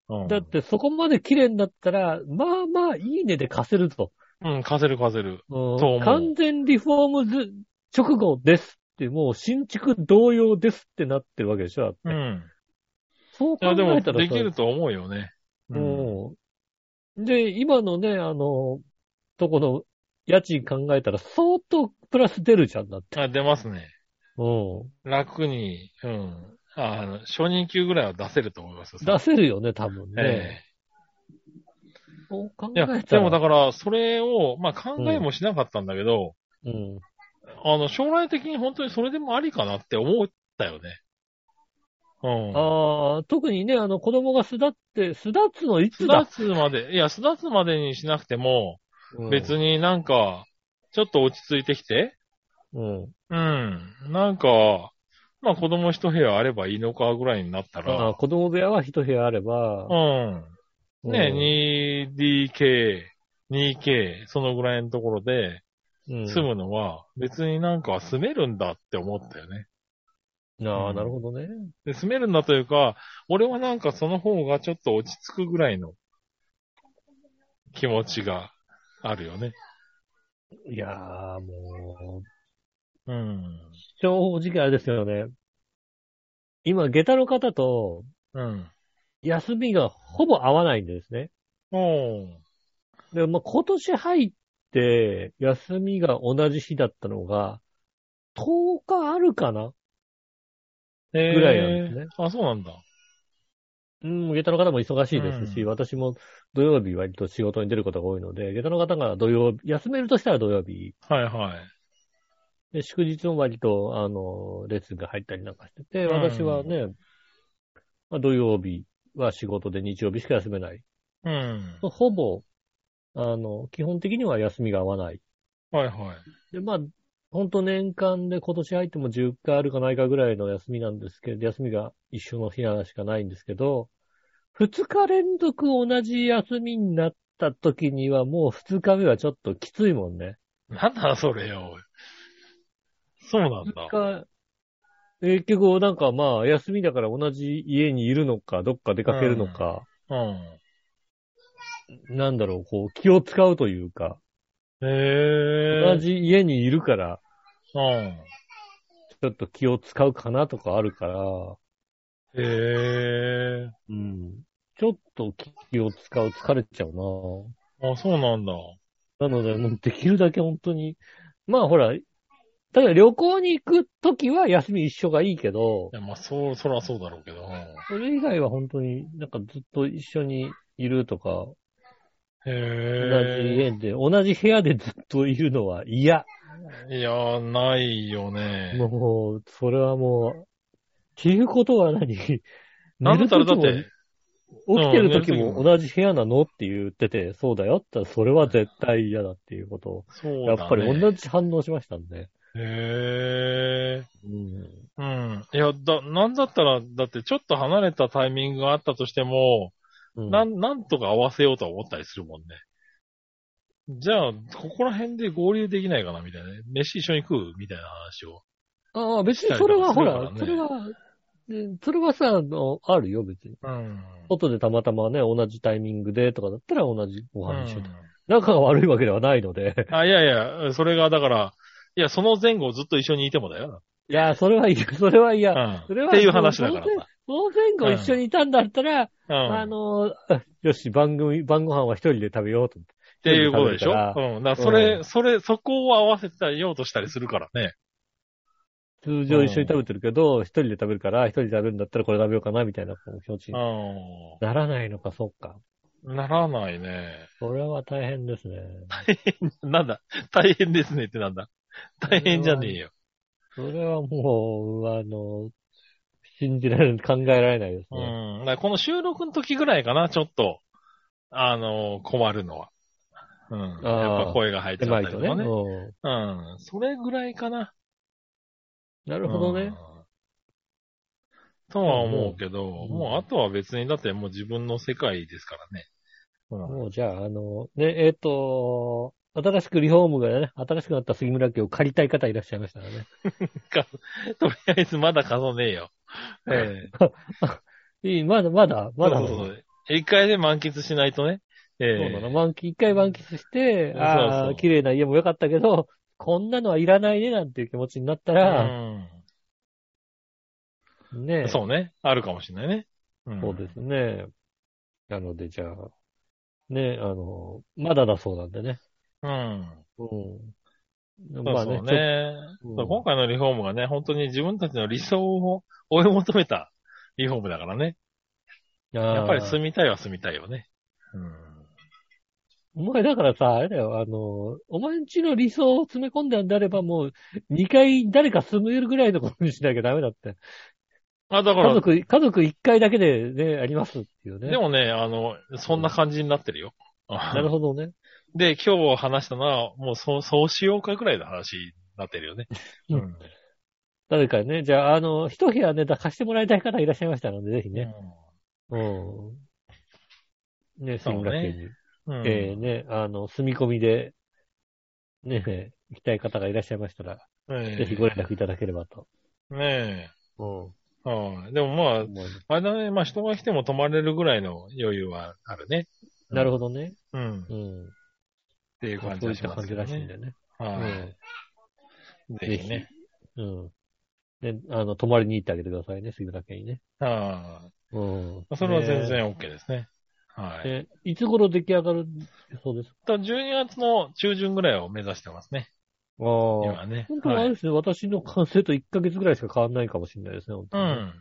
C: うん。
B: だってそこまで綺麗になったら、まあまあいいねで貸せるぞ。
C: うん、貸せる貸せる。
B: うん
C: そう思う
B: 完全リフォームず直後ですって、もう新築同様ですってなってるわけでしょ。だって
C: うん。
B: そう
C: い
B: 考
C: や、でも、
B: えたらさ
C: できると思うよね。うん。
B: うん。で、今のね、あの、とこの家賃考えたら相当プラス出るじゃんだって。
C: あ、出ますね。
B: うん。
C: 楽に、うん。ああの、初任給ぐらいは出せると思いますよ。
B: 出せるよね、多分
C: ええ
B: ね。そう考
C: い
B: え
C: や、
B: たら。
C: でもだから、それを、まあ考えもしなかったんだけど、
B: うん。
C: あの、将来的に本当にそれでもありかなって思ったよね。うん。
B: ああ、特にね、あの、子供が巣立って、巣立つのいつ
C: 巣
B: だ
C: 立つまで、いや、巣立つまでにしなくても、別
B: に。
C: になんか、ちょっと落ち着いてきて、
B: うん。
C: うん。なんか、まあ子供一部屋あればいいのかぐらいになった
B: ああ
C: ら、
B: 子供部屋は一部屋あれば
C: う、ん。ね、2DK、2K、そのぐらいのところで
B: に
C: 住むのは、別になんか住めるんだって思ったよね。
B: あ
C: う
B: あ、
C: ん
B: なるほどね。
C: で、住めるんだというか、俺はなんかその方がちょっと落ち着くぐらいの気持ちがあるよね。
B: いやー、もう、
C: うん。
B: 正直あれですよね。今、下駄の方と、
C: うん。
B: 休みがほぼ合わないんですね。
C: おー。
B: で、まあ、今年入って、休みが同じ日だったのが、10日あるかな
C: え
B: ぐらいなんですね。
C: あ、そうなんだ。
B: うん、下駄の方も忙しいですし、
C: うん
B: 私も土曜日割と仕事に出ることが多いので、下駄の方が土曜日、休めるとしたら土曜日、
C: はいはい。
B: で祝日も割と、あの、レッスンが入ったりなんかしてて、
C: うん
B: 私はね、まあ、土曜日は仕事で日曜日しか休めない。
C: うん。
B: ほぼ、あの、基本的には休みが合わない。
C: はいはい。
B: で、まあ、ほんと年間で今年入っても10回あるかないかぐらいの休みなんですけど、休みが一緒の日ならしかないんですけど、2日連続同じ休みになった時にはもう2日目はちょっときついもんね。
C: なんだそれよ。そうなんだ。
B: 2日、結局なんかまあ休みだから同じ家にいるのか、どっか出かけるのか、
C: うん。
B: なんだろう、こう気を使うというか、
C: へえ。
B: 同じ家にいるから、
C: うん。
B: ちょっと気を使うかなとかあるから、
C: へえ。
B: うん。ちょっと気を使う、疲れちゃう
C: あ、そうなんだ。
B: な。なので、もうできるだけ本当に、まあほら、例えば旅行に行くときは休み一緒がいいけど
C: い、や、まあ、そう、そらそうだろうけど。うん
B: それ以外は本当になんかずっと一緒にいるとか、同じ
C: へ
B: 家で、同じ部屋でずっといるのは嫌。
C: え。いや、ないよね。
B: もう、それはもう、っていうことは何
C: なんだったらだっ
B: 寝る
C: て
B: 時、も起きてる時
C: うん寝る時
B: も
C: も
B: 同じ部屋なのって言ってて、そうだよって言ったら、それは絶対嫌だっていうことを、
C: そうだ、
B: や
C: ね。
B: っぱり同。じ反応しましたんで。
C: へえ。
B: うん。
C: うん。いや、だ、なんだったら、だってちょっと離れたタイミングがあったとしても、
B: うん
C: なん、なんとか合わせようとは思ったりするもんね。じゃあ、ここら辺で合流できないかな、みたいなね。飯一緒に食うみたいな話を。
B: ああ、別にそれはほら、そ
C: そ
B: う
C: だ
B: れ
C: よ
B: は、うんそれはさ、あのあるよ、別に。
C: うん。
B: 外でたまたまね、同じタイミングでとかだったら同じご
C: う
B: 飯一緒で。
C: ん
B: 仲が悪いわけではないので。
C: あ、いやいや、それが、だから、いや、その前後ずっと一緒にいてもだよ
B: いや、それはいや、それは嫌。
C: な。
B: そ
C: うん。
B: れは
C: っていう話だからさ。
B: その前後一緒にいたんだったら、
C: うん。
B: あの、 よし、番組、晩ご飯は一人で食べようと思って。
C: っていうことでしょ
B: 一人で食べるから
C: うん。だからそれ、
B: うん
C: それ、そこを合わせたりようとしたりするからね。
B: 通常一緒に食べてるけど、一人で食べるから、一人で食べるんだったらこれ食べようかな、みたいなこう気持ちに
C: う
B: ならないのか、そっか。
C: ん。ならないね。
B: それは大変ですね。
C: なんだ大変ですねってなんだ大変じゃねえよ。
B: それはもう、あの、信じられない、考えられないですね。
C: うん。だからこの収録の時ぐらいかな、ちょっと、あの、困るのは。うん。
B: あー
C: やっぱ声が入っちゃ
B: 狭
C: っ
B: い
C: たり
B: と
C: と
B: ね。
C: かね。
B: うん
C: うん。それぐらいかな。
B: なるほど
C: う
B: ね
C: ん。。とは思うけど、もうあとは別に、だってもう自分の世界ですからね。うん。
B: もうじゃあ、あの、ね、えっ、と、新しくリフォームがね、新しくなった杉村家を借りたい方いらっしゃいましたらね。
C: とりあえずまだ貸さねえよ。ええ
B: いい、まだまだ、まだ。
C: そうそうそう一回で満喫しないとね。ええ
B: そうなの。満喫、一回満喫して、
C: そう
B: あ
C: そ
B: あ、
C: う
B: 綺麗な家も良かったけど、こんなのはいらないねなんていう気持ちになったら、
C: う
B: ね
C: ん。そうね。あるかもしれないね。うん
B: そうですね。なので、じゃあ、ね、あの、まだだそうなんでね。
C: うん。
B: うん。
C: そうそうね。
B: ちょっと
C: そう今回のリフォームがね、本当に自分たちの理想を追い求めたリフォームだからね。やっぱり住
B: み、
C: みたいは住みたいよね。うん。
B: お前だからさ、あれだよ、あの、お前んちの理想を詰め込んだんであれば、もう、2回誰か住めるぐらいのことにしなきゃダメだ って。
C: あ、だか
B: 家
C: ら、
B: 族、家族1回だけでね、ありますっていうね。
C: でもね、あの、そんな感じになってるよ。
B: なるほどね。
C: で、今日話したのは、もうそう、そうしようかぐらいの話になってるよね。
B: うん
C: うん
B: 誰かね、じゃあ、あの、一部屋ね、貸してもらいたい方いらっしゃいましたので、ぜひね。うん。ね、
C: そう
B: 新
C: ね
B: 学園に。
C: うん。
B: ええね、あの、住み込みで、ね、え行きたい方がいらっしゃいましたら、
C: ええ
B: ぜひご連絡いただければと。
C: ね
B: うん。
C: え。うん。でもま
B: 思
C: あ、
B: います
C: あれだね、まあ人が来ても泊まれるぐらいの余裕はあるね。
B: なるほどね。
C: うん。っ
B: うん。
C: ていう感じ
B: そう
C: はい
B: っ
C: したま
B: 感
C: す
B: じ
C: けど
B: らしいんだ
C: ね。
B: よね。
C: はい。ぜひね。
B: うん。ね、あの、泊まりに行ってあげてくださいね、杉村家にね。
C: は
B: うん
C: い。。それは全
B: ね。
C: 然 OK ですね。はい。
B: でいつ頃出来上がるそうですか
C: と12月の中旬ぐらいを目指してますね。
B: ああ。
C: 今ね。
B: 本当はあ
C: は
B: れ
C: い。
B: ですね、私の完成と1ヶ月ぐらいしか変わんないかもしれないですね、本当
C: う
B: にね
C: ん。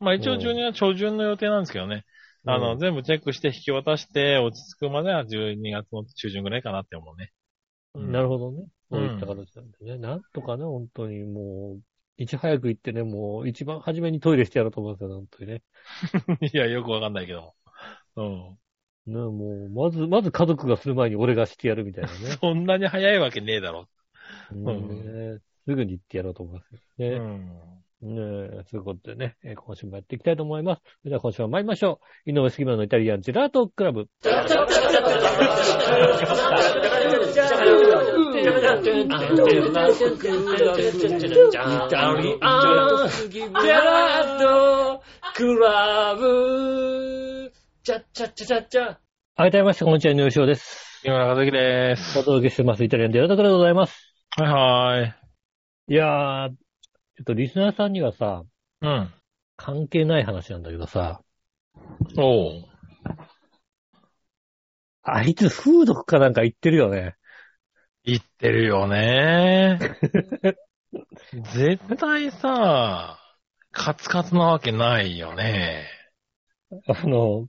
C: まあ一応12月中旬の予定なんですけどね。あの、
B: うん
C: 全部チェックして引き渡して落ち着くまでは12月の中旬ぐらいかなって思 うね。うん
B: なるほどね。そううんいった形なんでね。なんとかね、本当にもう、いち早く行ってね、もう一番初めにトイレしてやろうと思うんですよ、本当にね。
C: いや、よくわかんないけども。うん。
B: ね、もう、まず、まず家族がする前に俺がしてやるみたいなね。
C: そんなに早いわけねえだろ。
B: うんねすぐに行ってやろうと思いますよね。
C: うん。
B: ねえ、そういうことでね、えー今週もやっていきたいと思います。それでは今週も参りましょう。井上杉村のイタリアンジェラートクラブ。改めまして、こんにちは、井上翔です。
C: 今中崎です。
B: お届けしてます。イタリアンジェラートクラブでございます。
C: はいはい。
B: いやー、ちょっとリスナーさんにはさ、
C: うん。
B: 関係ない話なんだけどさ、
C: おう。
B: あいつ風俗かなんか言ってるよね。
C: 言ってるよ ね。絶対さ、カツカツなわけないよね。
B: あの、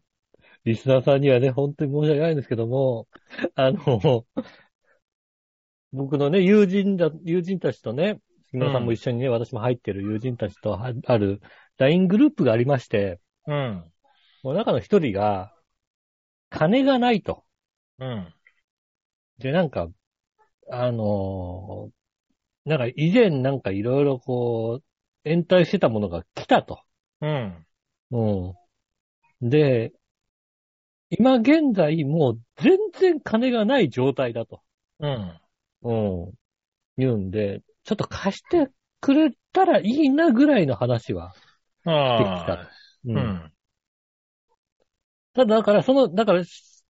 B: リスナーさんにはね、本当に申し訳ないんですけども、あの、僕のね、友人だ、友人たちとね、杉村さんも一緒にね、私も入ってる友人たちとはある LINE グループがありまして、
C: うん。
B: もう中の一人が、金がないと。
C: うん。
B: で、なんか、あのーなんか以前なんかいろいろこう、延滞してたものが来たと。
C: うん。
B: うん。で、今現在もう全然金がない状態だと。
C: うん。
B: うん。言うんで、ちょっと貸してくれたらいいなぐらいの話は。
C: ああ。
B: う。
C: うんん。
B: ただだからその、だから、し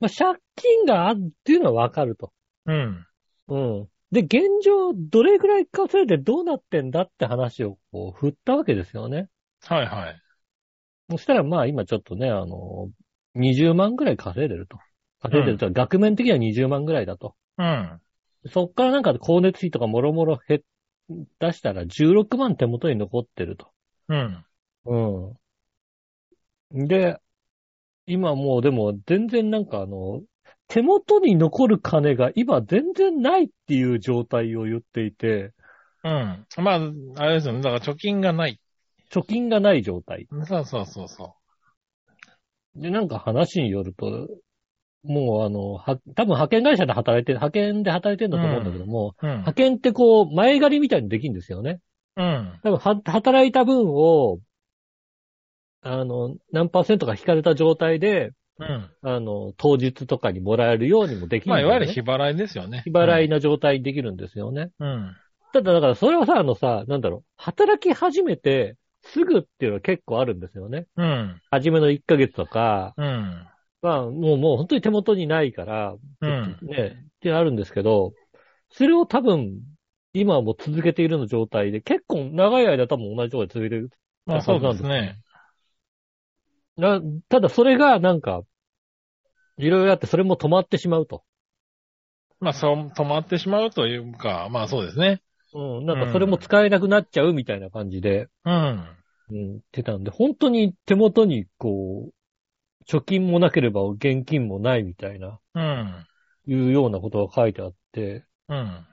B: まあ、借金があるっていうのはわかると。
C: うん。
B: うん。で、現状どれぐらい稼いでどうなってんだって話をこう振ったわけですよね。
C: はいはい。
B: そしたらまあ今ちょっとね、あの、20万ぐらい稼いでると。稼いでると、額面的には20万ぐらいだと。
C: うん。
B: そっからなんか光熱費とかもろもろ減っ出したら16万手元に残ってると。
C: うん。
B: うん。で、今もうでも全然なんかあの、手元に残る金が今全然ないっていう状態を言っていて、
C: うん。まあ、あれですよね。だから貯金がない。
B: 貯金がない状態。
C: そうそうそうそ
B: で、なんか話によると、もうあの、は、多分派遣会社で働いて、派遣で働いてんだと思うんだけども、
C: う。うん
B: 派。遣ってこう、前借りみたいにできるんですよね。
C: うん。
B: 多分は、働いた分を、あの、何パーセントか引かれた状態で、
C: うん。
B: あの、当日とかにもらえるようにもできる
C: ま
B: んだ
C: あ、い
B: よね、
C: わゆる日払いですよね。
B: 日払いな状態にできるんですよね。
C: うん。
B: ただ、だからそれはさ、あのさ、なんだろう、働き始めて、すぐっていうのは結構あるんですよね。
C: うん。
B: 初めの1ヶ月とか、
C: うん。
B: まあ、もう、もう本当に手元にないから、
C: うん。
B: ね、ってあるんですけど、それを多分、今も続けているの状態で、結構長い間多分同じ状態で続いてる。
C: まあ、そうですね。
B: なただそれがなんか、いろいろあって、それも止まってしまうと。
C: まあ、そう、止まってしまうというか、まあ、そうですね。
B: うん、なんかそれも使えなくなっちゃうみたいな感じで、
C: うん。
B: うん、ってたんで、本当に手元にこう、貯金もなければ現金もないみたいな、
C: うん。
B: いうようなことが書いてあって、
C: うん。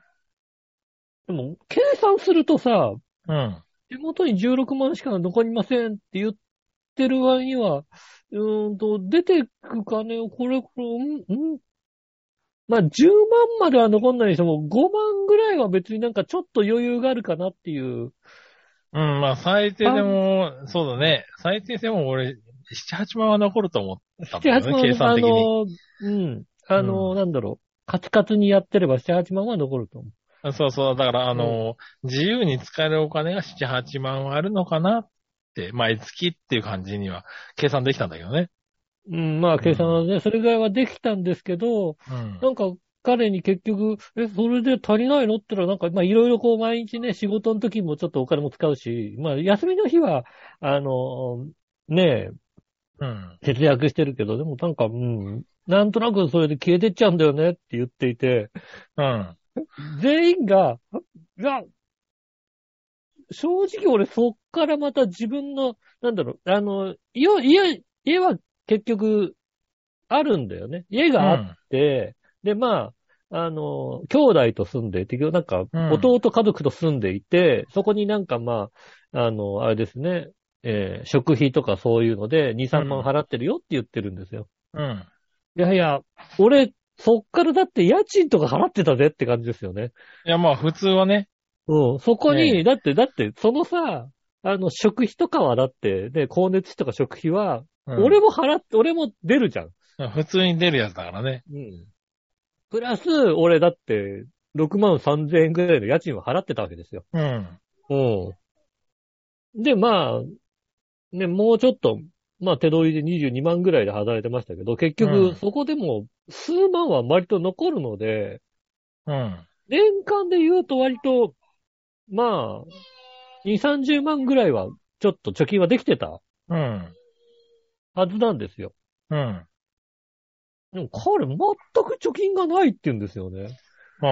B: でも、計算するとさ、
C: うん。
B: 手元に16万しか残りませんって言ってる割には、うーんと、出てく金をこれ、これ、うん、うんまあ、10万までは残んないにしても、5万ぐらいは別になんかちょっと余裕があるかなっていう。
C: うん。まあ、最低でも、そうだね。最低でも俺、7、8万は残ると思ったんだよ
B: 7、8
C: ね、計
B: 万、あ
C: 算的に。
B: の、うん、あの、
C: うん
B: なんだろう、カツカツにやってれば7、8万は残ると思う。
C: そうそう。だから、あの、自由に使えるお金が7、8万はあるのかなって、毎月っていう感じには計算できたんだけどね。
B: うん、まあ、計算はね、それぐらいはできたんですけど、
C: うん。
B: なんか、彼に結局、え、それで足りないのって言ったら、なんか、まあ、いろいろこう、毎日ね、仕事の時もちょっとお金も使うし、まあ、休みの日は、あの、ね
C: うん。
B: え、節約してるけど、でもなんか、うん、なんとなくそれで消えてっちゃうんだよねって言っていて、
C: うん。
B: 全員が、いや、正直俺そっからまた自分の、なんだろう、あの、家、家、家は結局、あるんだよね。家
C: う
B: があっ
C: ん。
B: で、で、まあ、あの、兄弟と住んで、結局なんか
C: うん、
B: 弟家族と住んでいて、そこになんかまあ、あの、あれですね、えー食費とかそういうので、2、3万払ってるよって言ってるんですよ。
C: うん。
B: いやいや、俺、そっからだって家賃とか払ってたぜって感じですよね。
C: いや、まあ、普通はね。
B: うん。そこに、
C: え
B: だって、だって、そのさ、あの、食費とかはだって、ね、光熱費とか食費は、
C: うん
B: 俺も払って、俺も出るじゃん。
C: 普通に出るやつだからね。
B: うん。プラス、俺だって、6万3000円ぐらいの家賃を払ってたわけですよ。
C: うん。
B: うん。で、まあ、ね、もうちょっと、まあ手取りで22万ぐらいで働いてましたけど、結
C: う
B: 局
C: ん
B: そこでも数万は割と残るので、
C: うん。
B: 年間で言うと割と、まあ、2、30万ぐらいはちょっと貯金はできてた
C: うん。
B: はずなんですよ。
C: うん。
B: でも彼全く貯金がないって言うんですよね。
C: う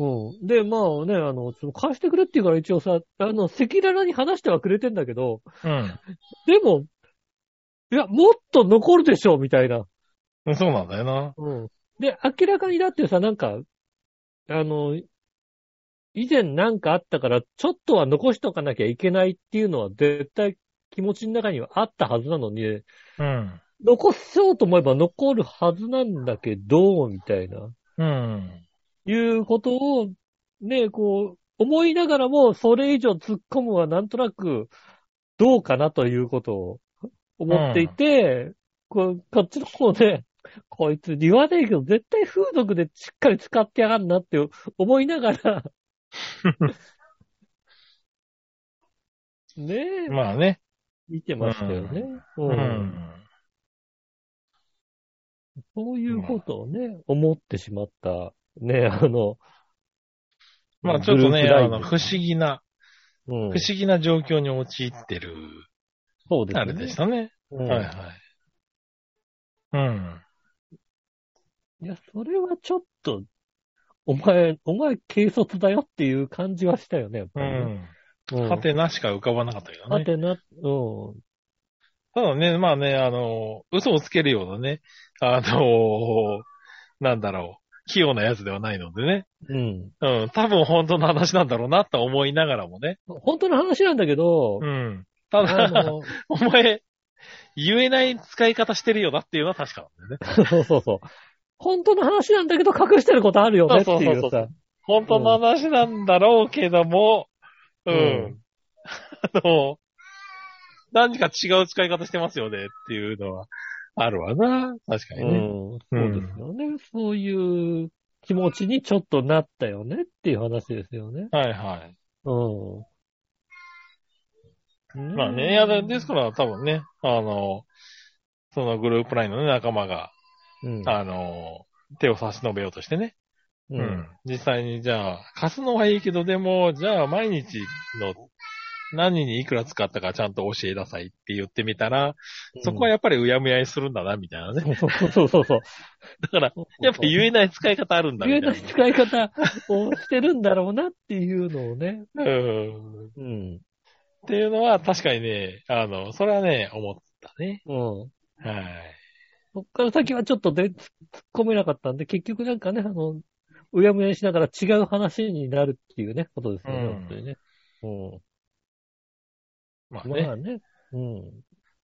C: ん。
B: うん。で、まあね、あの、その貸してくれって言うから一応さ、あの、赤裸々に話してはくれてんだけど、
C: う
B: でも、いや、もっと残るでしょ、みたいな。
C: ん。そうなんだよな。
B: うん。で、明らかにだってさ、なんか、あの、以前なんかあったから、ちょっとは残しとかなきゃいけないっていうのは絶対気持ちの中にはあったはずなのに、
C: うん。
B: 残そうと思えば残るはずなんだけど、みたいな、
C: うん。
B: いうことを、ね、こう、思いながらも、それ以上突っ込むはなんとなく、どうかなということを思っていて、こうこっちの方で、こいつ言わねえけど、絶対風俗でしっかり使ってやがんなって思いなが ら、ねえ、
C: まあね。
B: 見てましたよね。う
C: うんん。
B: そういうことをね、思ってしまった、ね、あの、
C: まあちょっ
B: グル
C: と
B: ー
C: ね、
B: プライ
C: あ
B: ブ
C: の、不思議な、
B: うん
C: 不思議な状況に陥ってる、
B: そうですね。
C: あれでしたね。
B: うん
C: はいはい。うん。
B: いや、それはちょっと、お前、お前軽率だよっていう感じはしたよね、やっぱ
C: う
B: りね。
C: ん。
B: うん
C: はてなしか浮かばなかったけど
B: は
C: ね。
B: てな、うん。
C: ただね、まあね、あの、嘘をつけるようなね、あの、 なんだろう、器用なやつではないのでね。
B: うん。
C: うん。多分本当の話なんだろうなと思いながらもね。
B: 本当の話なんだけど、
C: うん。た
B: あ
C: だ、
B: の、
C: お前、言えない使い方してるよなっていうのは確かなんだよね。
B: そうそうそう。本当の話なんだけど隠してることあるよねって
C: そう
B: い
C: そうそううそ
B: さ
C: う。本当の話なんだろうけども、う。
B: うん
C: あの、何か違う使い方してますよねっていうのはあるわな。確か
B: う
C: にね。
B: ん。そうですよね。そういう気持ちにちょっとなったよねっていう話ですよね。
C: はいはい。
B: うん。
C: まあね、いや、でですから多分ね、あの、そのグループラインのね、仲間が、
B: うん。
C: あの、手を差し伸べようとしてね。
B: う
C: うんん。実際に、じゃあ、貸すのはいいけど、でも、じゃあ、毎日の何にいくら使ったかちゃんと教えなさいって言ってみたら、そこはやっぱりうやむやにするんだな、みたいなね。
B: そうそうそうそう。
C: だから、 やっぱ言えない使い方あるんだ、み
B: 言
C: た
B: え
C: いな。
B: ない使い方をしてるんだろうなっていうのをね。
C: うん。っ
B: うん。
C: ていうのは、確かにね、あの、それはね、思ったね。
B: うん。
C: はい。
B: そっから先はちょっとで突っ込めなかったんで、結局なんかね、あの、うやむやにしながら違う話になるっていうね、ことですよね、
C: うん
B: 本当にね。うん。
C: まあ
B: ま
C: ね、
B: あね。うん。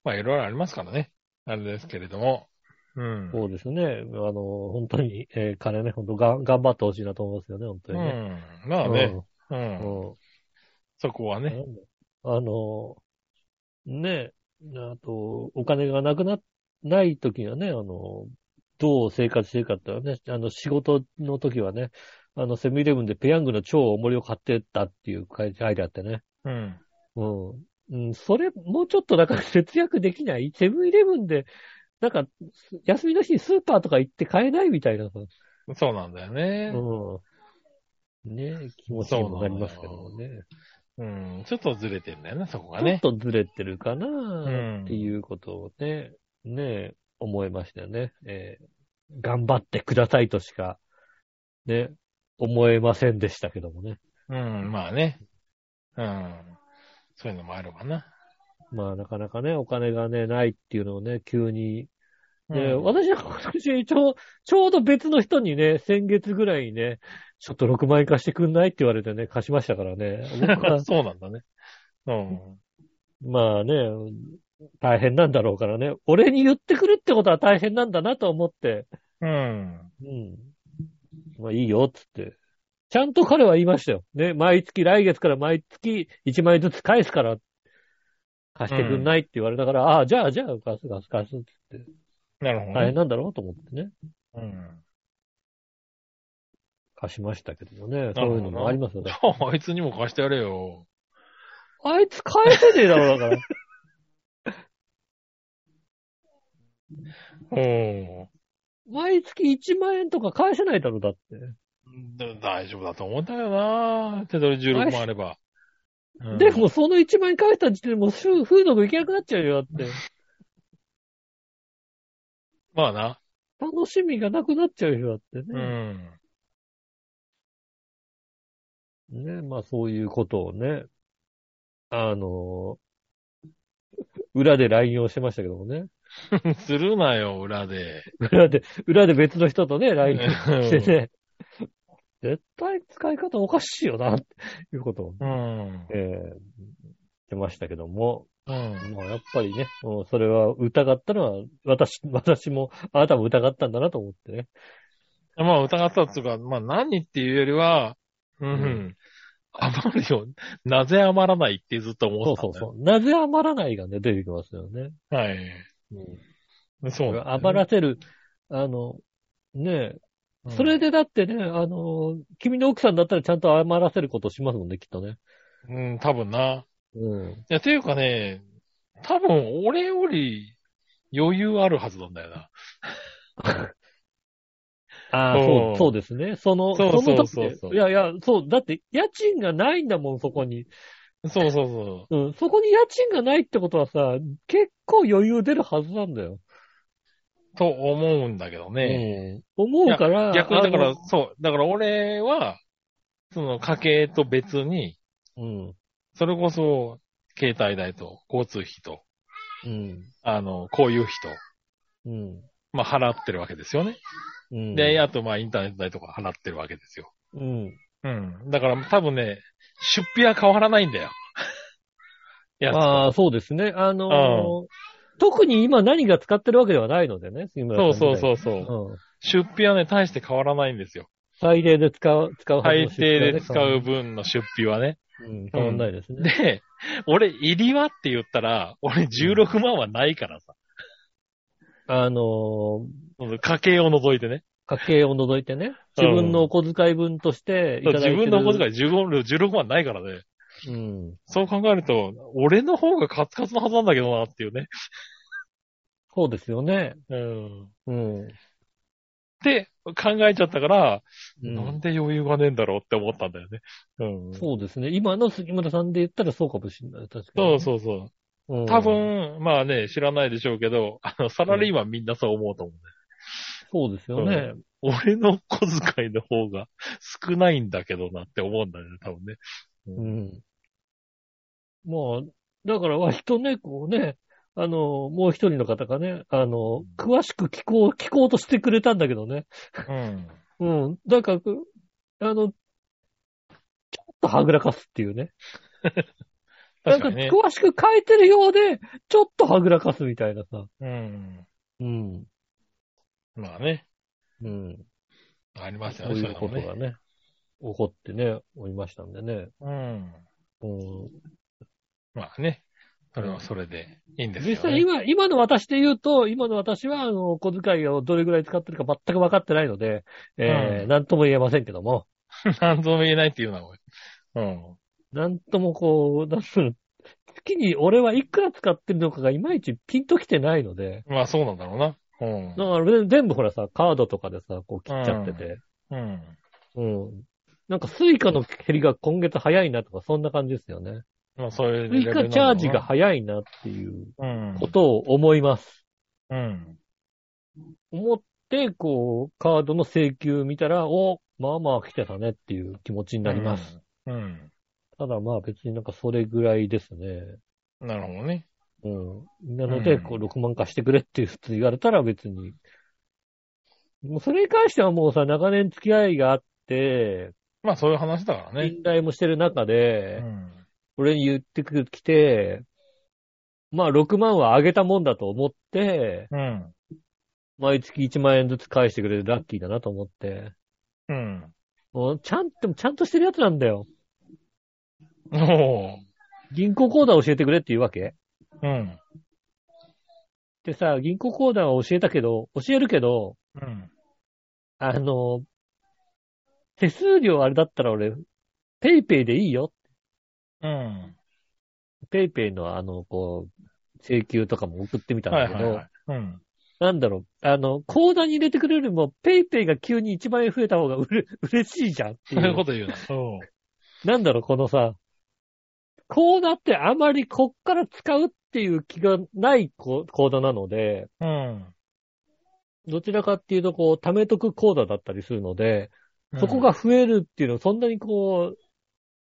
C: まあ、いろいろありますからね。あれですけれども。うん。
B: そうですね。あの、本当に、えー彼ね、本当がん頑張ってほしいなと思いますよね、本当
C: う
B: にね。
C: ん。まあね、う。
B: うんん。うん
C: そこはね。
B: あの、ねえ、あと、お金がなくな、ない時はね、あの、どう生活してるかってのはね、あの、仕事の時はね、あの、セミイレブンでペヤングの超大盛りを買ってったっていう書いてあってね。
C: うん。
B: うん。うん、それ、もうちょっとだから節約できないセブンイレブンで、なんか、す休みの日にスーパーとか行って買えないみたいなさ。
C: そうなんだよね。
B: うん。ねえ気持ちにもなりますけどもね。
C: うん、ちょっとずれてんだよね、そこが
B: ちょっ
C: ね。
B: とずれてるかな
C: うん
B: っていうことをね、ねえ、思いましたよね。えー頑張ってくださいとしか、ね、思えませんでしたけどもね。
C: うん、まあね。うん。そういうのもあるわな。
B: まあなかなかね、お金がね、ないっていうのをね、急に。
C: う
B: ね
C: ん
B: 私なんか私、ちょう、ちょうど別の人にね、先月ぐらいにね、ちょっと6万円貸してくんないって言われてね、貸し ましたからね。僕は
C: そうなんだね。うん。
B: まあね、大変なんだろうからね。俺に言ってくるってことは大変なんだなと思って、
C: うん。
B: うん。まあいいよ、つって。ちゃんと彼は言いましたよ。ね、毎月、来月から毎月1枚ずつ返すから、貸してくんないって言われたから、ああ、じゃあ、じゃあ、貸す、貸す、貸すって。
C: なるほど
B: 大変
C: ね。
B: なんだろうと思ってね。
C: うん。
B: 貸しましたけどもね。
C: な
B: そう
C: る
B: いうの
C: ほどな
B: もありますよね。
C: あいつにも貸してやれよ。
B: あいつ返せねえだろ、だか ら。
C: うん。
B: 毎月1万円とか返せないだろ、だって。
C: だ大丈夫だと思うんだよな手取り16万あれば。うん
B: でも、その1万円返した時点でもう、風俗行けなくなっちゃうよ、だって。
C: まあな。
B: 楽しみがなくなっちゃうよ、だって
C: う
B: ね。
C: ん。
B: ね、まあそういうことをね、あの裏で LINE をしてましたけどもね。
C: するなよ、裏で。
B: 裏で、裏で別の人とね、LINE して
C: う
B: ね。 絶対使い方おかしいよな、っていうことを、
C: ん。
B: えー、してましたけども。
C: うん。
B: まあやっぱりね、うんそれは疑ったのは、私、私も、あなたも疑ったんだなと思ってね。
C: まあ、疑ったっていうか、まあ、何っていうよりは、うん。余るよ。なぜ余らないってずっと
B: そ
C: 思っ
B: う
C: てた
B: そ
C: ん
B: うそう。な
C: だよ。
B: ぜ余らないがね、出てきますよね。
C: はい。そうなんだよね
B: 余らせる、あの、ねえ、それ、でだってね、あの、君の奥さんだったらちゃんと余らせることしますもんね、きっとね。
C: うん、うん多分な。
B: うん。
C: いや、ていうかね、多分俺より余裕あるはずなんだよな。
B: ああ、
C: そ
B: そうう、そうですね。その、
C: そうそう
B: の
C: そうそう
B: いやいや、そう、だって家賃がないんだもん、そこに。
C: そうそうそ
B: うん、そこに家賃がないってことはさ、結構余裕出るはずなんだよ。
C: う。と思うんだけどね。
B: うん思うから。
C: 逆にだか
B: あ
C: ら
B: の、、
C: そう。だから俺は、その家計と別に、
B: うん。
C: それこそ、携帯代と、交通費と、
B: うん。
C: あの、こういう費と、
B: うん。
C: まあ、払ってるわけですよね。
B: うん。
C: で、あと、まあ、インターネット代とか払ってるわけですよ。
B: うん。
C: うん。だから、多分ね、出費は変わらない んだよ。いやつと
B: ああ、そうですね。あのー特に今何が使ってるわけではないのでね、杉村さ
C: そ
B: ん
C: う
B: みたい
C: そ
B: に
C: うそうそう。
B: うん。
C: 出費はね、大して変わらないんですよ。
B: 最低で使う、使うはず
C: 最
B: の出費は
C: 低
B: ね
C: で使う。分の出費はね。
B: うん、変わんないですね。
C: で、俺、入りはって言ったら、俺16万はないからさ。
B: あのー
C: 家計を除いてね。
B: 家計を除いてね、自分のお小遣い分としていただいて
C: 自
B: る。
C: 分のお小遣い15 16万ないからね。
B: い。うん。
C: そう考えると、俺の方がカツカツのはずなんだけどなっていうね。
B: そうですよね。
C: うん。っ
B: うん。
C: て考えちゃったから、
B: う
C: なん
B: ん、
C: で余裕がねえんだろうって思ったんだよね。うん。
B: そうですね。今の杉村さんで言ったらそうかもしれない。確か
C: そう
B: に。
C: そうそう。
B: うん、
C: 多分、まあね、知らないでしょうけど、あの、サラリーマンみんなそう思うと思
B: そうですよね。
C: う、俺の小遣いの方が少ないんだけどなって思うんだよね、多分ね。う
B: うん。まあ、だから割とね、こうね、あの、もう一人の方がね、あの、詳しく聞こう、聞こうとしてくれたんだけどね。
C: うん。
B: うん。だから、くあの、ちょっとはぐらかすっていうね。
C: 確か
B: なん
C: に
B: か
C: ね。
B: 詳しく書いてるようで、ちょっとはぐらかすみたいなさ。
C: うん。
B: うん。
C: まあね、
B: うん。
C: あります
B: そ
C: よ
B: う
C: ね、
B: い
C: そういうう
B: こ
C: の
B: と
C: ね。
B: がね、起こってね、おりましたんでね。
C: うん。
B: うん。
C: まあね、それはそれでいいんですよ、ね。
B: 実際今、今の私で言うと、今の私は、あの、小遣いをどれぐらい使ってるか全く分かってないので、えー
C: うん
B: なんとも言えませんけども、
C: なんとも言えないっていうのは、うん。
B: なんともこう、なんつうの月に俺はいくら使ってるのかがいまいちピンときてないので、
C: まあそうなんだろうな。うん
B: だ。から全全部ほらさ、カードとかでさ、こう切っちゃってて、
C: うん。
B: うん。なんかスイカの減りが今月早いなとか、そんな感じですよね。
C: まあそういう
B: ス
C: レ
B: イ
C: ベルな
B: カ
C: ん
B: チ
C: だろ
B: ャ
C: うな
B: ージが早いなっていう
C: うん
B: こ。とを思います。
C: うん。
B: 思って、こう、カードの請求見たら、お、まあまあ来てたねっていう気持ちになります。。
C: うん。
B: ただまあ別になんかそれぐらいですね。
C: なるほどね。
B: うん。なので、
C: うん
B: こう、6万貸してくれって普通言われたら別に。もうそれに関してはもうさ、長年付き合いがあって、
C: まあそういう話だからね。
B: 信頼もしてる中
C: う
B: で、
C: ん。
B: 俺に言ってくる、来て、まあ6万は上げたもんだと思って、
C: うん。
B: 毎月1万円ずつ返してくれるラッキーだなと思って。
C: うん。
B: もうちゃん、でもちゃんとしてるやつなんだよ。
C: おー
B: 銀行口座教えてくれって言うわけ
C: うん。
B: でさ、銀行口座は教えたけど、教えるけど、
C: うん。
B: あの、手数料あれだったら俺、ペイペイでいいよ。
C: うん。
B: ペイペイのあの、こう、請求とかも送ってみたんだ
C: はい
B: け
C: は
B: ど、
C: いはい。うん。
B: なんだろう、あの、口座に入れてくれるよりも、ペイペイが急に1万円増えた方がうれ、 嬉しいじゃんって
C: そ
B: いう
C: いう
B: う。
C: こ と言うな。そ
B: なんだろう、このさ、口座ってあまりこっから使うっていう気がないこ口座なので、
C: う。うん。
B: どちらかっていうと、こう、貯めとく口座だったりするので、そこが増えるっていうのは、そんなにこう、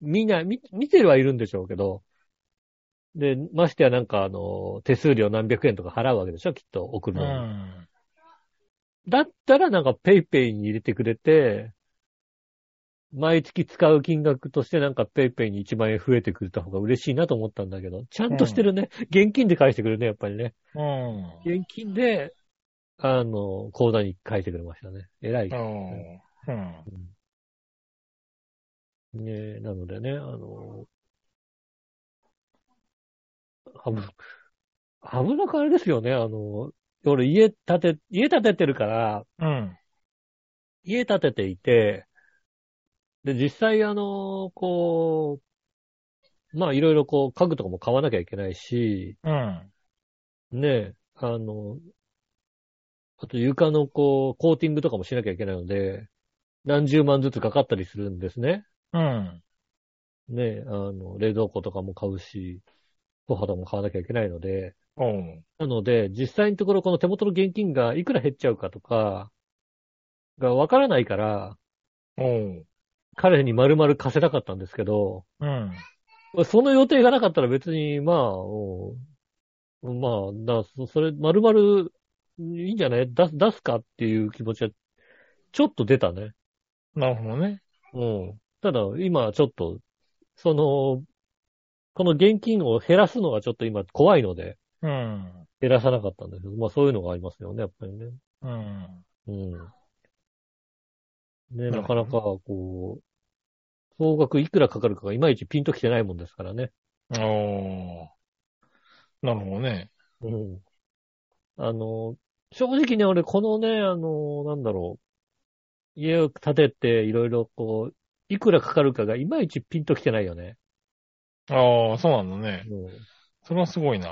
B: 見ない、見、見てはいるんでしょうけど、で、ましてやなんか、あの、手数料何百円とか払うわけでしょ、きっと、送
C: う
B: る
C: ん。
B: のに。
C: うん。
B: だったらなんかペイペイに入れてくれて、毎月使う金額としてなんかペイペイに1万円増えてくれた方が嬉しいなと思ったんだけど、ちゃんとしてるね。現金で返してくれるね、やっぱりね。
C: うん。
B: 現金で、あの、口座に返してくれましたね。偉い。ね
C: うん。
B: えなのでね、あの、危な、危なくあれですよね、あの、俺家建て、家建ててるから、
C: うん。
B: 家建てていて、で、実際あの、こう、まあいろいろこう家具とかも買わなきゃいけないし、
C: うん。
B: ねえ、あの、あと床のこう、コーティングとかもしなきゃいけないので、何十万ずつかかったりするんですね。
C: うん。
B: ねえ、あの、冷蔵庫とかも買うし、ソファとかも買わなきゃいけないので、
C: おう。
B: なので、実際のところこの手元の現金がいくら減っちゃうかとか、がわからないから、
C: おう。
B: 彼に丸々貸せなかったんですけど、
C: うん。
B: その予定がなかったら別に、まあ、もうまあ、だそそれ、丸々、いいんじゃない出す、出すかっていう気持ちは、ちょっと出たね。
C: なるほどね。
B: うん。ただ、今、ちょっと、その、この現金を減らすのがちょっと今怖いので、
C: うん。
B: 減らさなかったんですけど、まあそういうのがありますよね、やっぱりね。
C: うん。
B: うん。ね、
C: な
B: な
C: る
B: か
C: ほど
B: なか、こう、総額いくらかかるかがいまいちピンときてないもんですからね。
C: おう。なるほどね。
B: うん。あの、正直ね、俺、このね、あの、なんだろう。家を建てて、いろいろこう、いくらかかるかがいまいちピンときてないよね。
C: ああ、そうなんだね。
B: うん。
C: それはすごいな。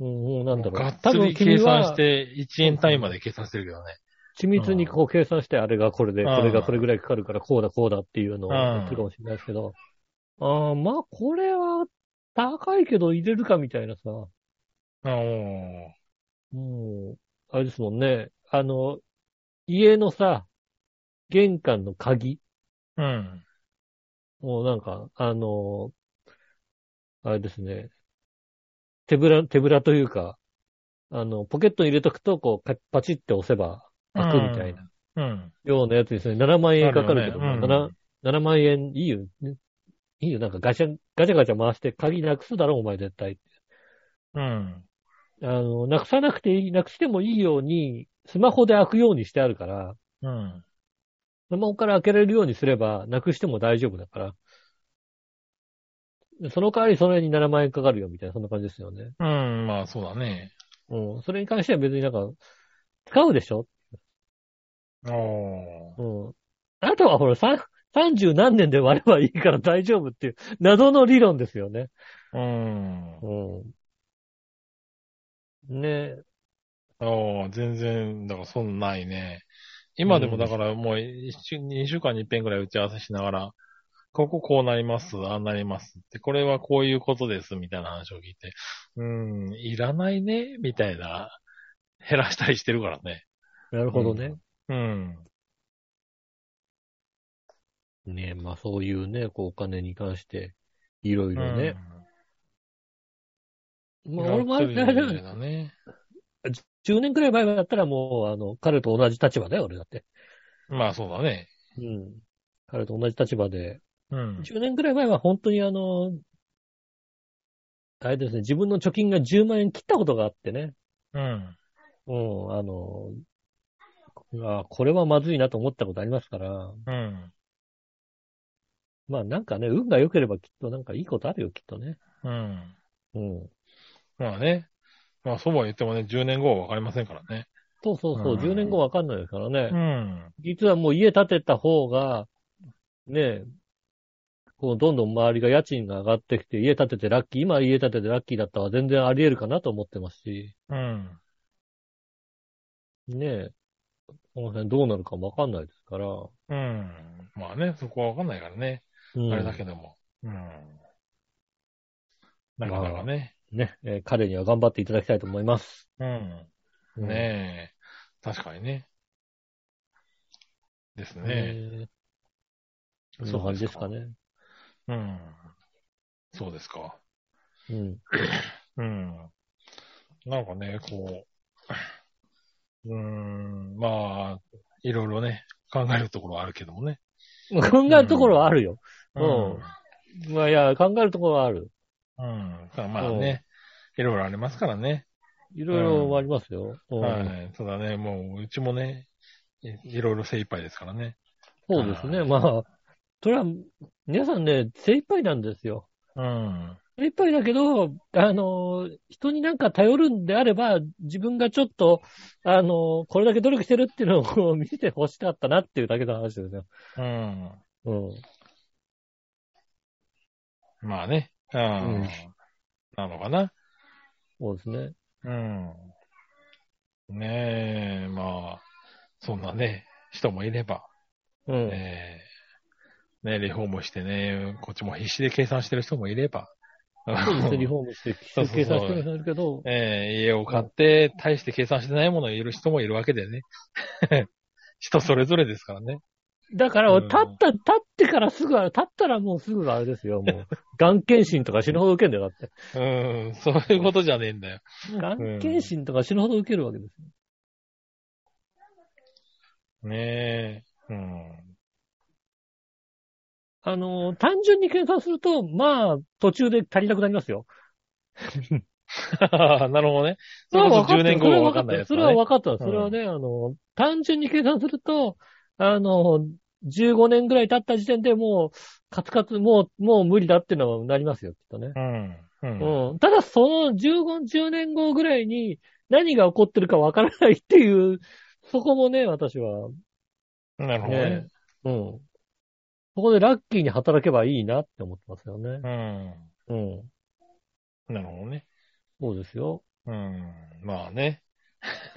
B: うん、うん、なんだろう。
C: がっ
B: 多
C: つ
B: 分
C: り
B: 君
C: 計算
B: は
C: して、1円単位まで計算してるけどね。
B: 緻密にこう計算して、あれがこれで、
C: うん
B: これがこれぐらいかかるから、こうだ、こうだっていうのを
C: うん
B: やってるかもしれないですけど。ああ、まあ、これは、高いけど入れるかみたいなさ。
C: お
B: もう、あれですもんね。あの、家のさ、玄関の鍵。
C: う。うん。
B: もうなんか、あのあれですね。手ぶら、手ぶらというか、あの、ポケットに入れとくと、こう、パパチって押せば開くみたいな
C: うん。
B: ようなやつですね。7万円かかるけど、
C: あるよねうん
B: まあ 7, 7万円いいよ、ね。いいよ、なんかガチャ、ガチャガチャ回して鍵なくすだろ、お前絶対。
C: うん。
B: あの、なくさなくていい、なくしてもいいように、スマホで開くようにしてあるから、
C: うん。
B: スマホから開けられるようにすれば、なくしても大丈夫だから。でその代わりそれに7万円かかるよ、みたいな、そんな感じですよね。
C: うん。まあ、そうだね。
B: うん。それに関しては別になんか、使うでしょ
C: お
B: うん。あとはほら、さ30何年で割ればいいから大丈夫っていう、謎の理論ですよね。
C: うん。
B: うん。ねえ。
C: ああ、全然、だからそんなないね。今でもだからもう一週、2週間に一遍ぐらい打ち合わせしながら、こここうなります、ああなりますって、これはこういうことです、みたいな話を聞いて、うーん、いらないね、みたいな、減らしたりしてるからね。
B: なるほどね。
C: うん。
B: ねえ、まあそういうね、こうお金に関して、いろいろね。
C: うん。
B: まあ俺もあれだ
C: やってる
B: よ
C: みたいだね。
B: 10年くらい前だったらもう、あの、彼と同じ立場だよ、俺だって。
C: まあそうだね。
B: うん。彼と同じ立場で。
C: うん。
B: 10年くらい前は本当にあの、あれですね、自分の貯金が10万円切ったことがあってね。
C: うん。
B: うん、あの、あこれはまずいなと思ったことありますから、
C: うん。
B: まあなんかね、運が良ければきっとなんかいいことあるよ、きっとね。
C: うん。
B: うん。
C: まあね。まあそうは言ってもね、10年後はわかりませんからね。
B: そうそうそう、
C: うん
B: 10年後わかんないですからね。
C: うん。
B: 実はもう家建てた方が、ねえ、こうどんどん周りが家賃が上がってきて、家建ててラッキー、今家建ててラッキーだったは全然あり得るかなと思ってますし、
C: うん。
B: ねえ、この辺どうなるかもわかんないですから。
C: うん。まあね、そこはわかんないからね。
B: うん
C: あれだけでも。うん。なかなかね。
B: ね、えー彼には頑張っていただきたいと思います。
C: うん。ねえ。確かにね。です
B: え
C: ね。
B: えそんな感じですかね。
C: うん。そうですか。
B: うん。
C: うん。なんかね、こう、うーん、まあ、いろいろね、考えるところはあるけどもね。
B: 考えるところはあるよ。
C: う
B: うんまあいや、考えるところはある。
C: うん。まあね、いろいろありますからね。
B: いろいろありますよ。うん
C: はい。ただね、もう、うちもね、いいろいろ精一杯ですからね。
B: そうですね。
C: はい
B: まあ、それは、皆さんね、精一杯なんですよ。
C: うん。
B: 精一杯だけど、あの、人になんか頼るんであれば、自分がちょっと、あの、これだけ努力してるっていうのをこう見せて欲しかったなっていうだけの話ですよ。
C: うん。
B: うん。
C: まあね。うん。
B: うん
C: なのかな。
B: そうですね。
C: うん。ねえ、まあ、そんなね、人もいれば、
B: うん。
C: ええね、リフォームしてね、こっちも必死で計算してる人もいれば、
B: そうですねリフォームして、
C: そうそうそう
B: 計算してる人いるけ ど、
C: ええ家を買って、大して計算してないものをいる人もいるわけでね。 人それぞれですからね。
B: だから、
C: うん
B: 立った、立ってからすぐ、立ったらもうすぐあれですよ、もう。眼検診とか死ぬほど受けんだよ、だって。
C: うん、そういうことじゃねえんだよ。
B: 眼検診とか死ぬほど受けるわけですよ。
C: ねえ。うん。
B: あの、単純に計算すると、まあ、途中で足りなくなりますよ。
C: なるほどね。それこそ10年後は分かんないやつ
B: そ
C: だ
B: れ
C: ね
B: は分かった。
C: ん
B: それはね、あの、単純に計算すると、あの、15年ぐらい経った時点でもう、カツカツ、もう、もう無理だっていうのはなりますよ、きっとね。
C: うん。うん。
B: うん。ただ、その15、10年後ぐらいに何が起こってるかわからないっていう、そこもね、私は。
C: なるほど
B: ね
C: ね。
B: うん。そこでラッキーに働けばいいなって思ってますよね
C: う。
B: うん。
C: ん。なるほどね。
B: そうですよ。
C: うん。まあね。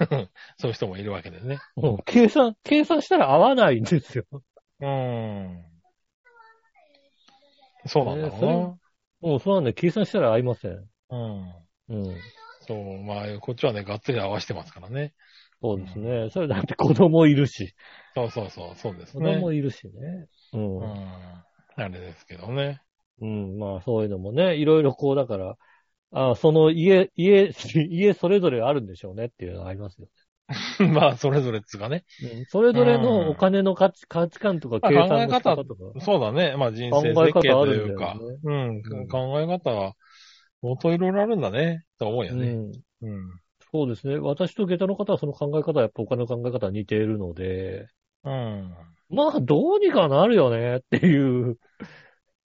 C: そういう人もいるわけでね。
B: もう計算、計算したら合わないんですよ。
C: うん。そうなんだろ
B: もうそうなんで、計算したら合いません。
C: うな。う
B: う
C: ん。
B: ん。
C: そう、まあ、こっちはね、がっつり合わせてますからね。
B: そうですね。それだって子供いるし。
C: そうそうそう、そうです
B: 子
C: ね。
B: 供いるしね。うん
C: う。ん。あれですけどね。
B: うん、まあそういうのもね、いろいろこうだから、あその家、家、 家それぞれあるんでしょうねっていうのはありますよ。
C: まあ、それぞれっつうかね。
B: うん、それぞれのお金の価値価値観とか計算の仕方とか。
C: そうだね。まあ、人生
B: 考え
C: 設
B: 方
C: 計
B: あ
C: と
B: るんだ
C: いうか
B: よ。ね
C: う
B: うん
C: ん。考え方は、元いろいろあるんだね。と思うよ
B: う
C: ね。
B: ん、
C: うん。
B: そうですね。私と下駄の方はその考え方はやっぱお金の考え方は似ているので、
C: うん。
B: まあどうにかなるよねっていう、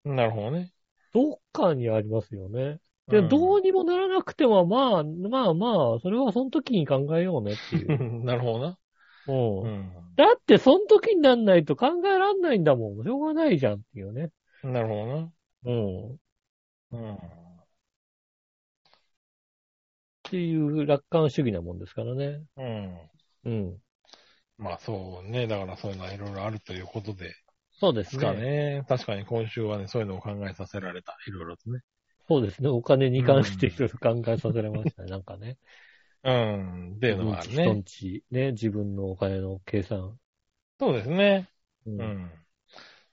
C: なるほどね。
B: どっかにありますよね。で、
C: ん
B: どうにもならなくても、まあ、まあまあ、それはその時に考えようねっていう う。
C: んなるほどな。
B: うん
C: う
B: だって、その時になんないと考えらんないんだもん。しょうがないじゃんっていうね。
C: ん。なるほどな。
B: うん。っ
C: うん。
B: ていう楽観主義なもんですからね。
C: うん。
B: うん。
C: まあそうね。だからそういうのはいろいろあるということで
B: そうですす
C: かね。
B: ね。
C: 確かに今週はね、そういうのを考えさせられた。いろいろとね。
B: そうですね。お金に関していろいろ考えさせられましたね。なんかね。
C: うん。っていうのがある
B: 人
C: ね
B: ん。ち、ね、自分のお金の計算。
C: そうですね。
B: う
C: う。ん。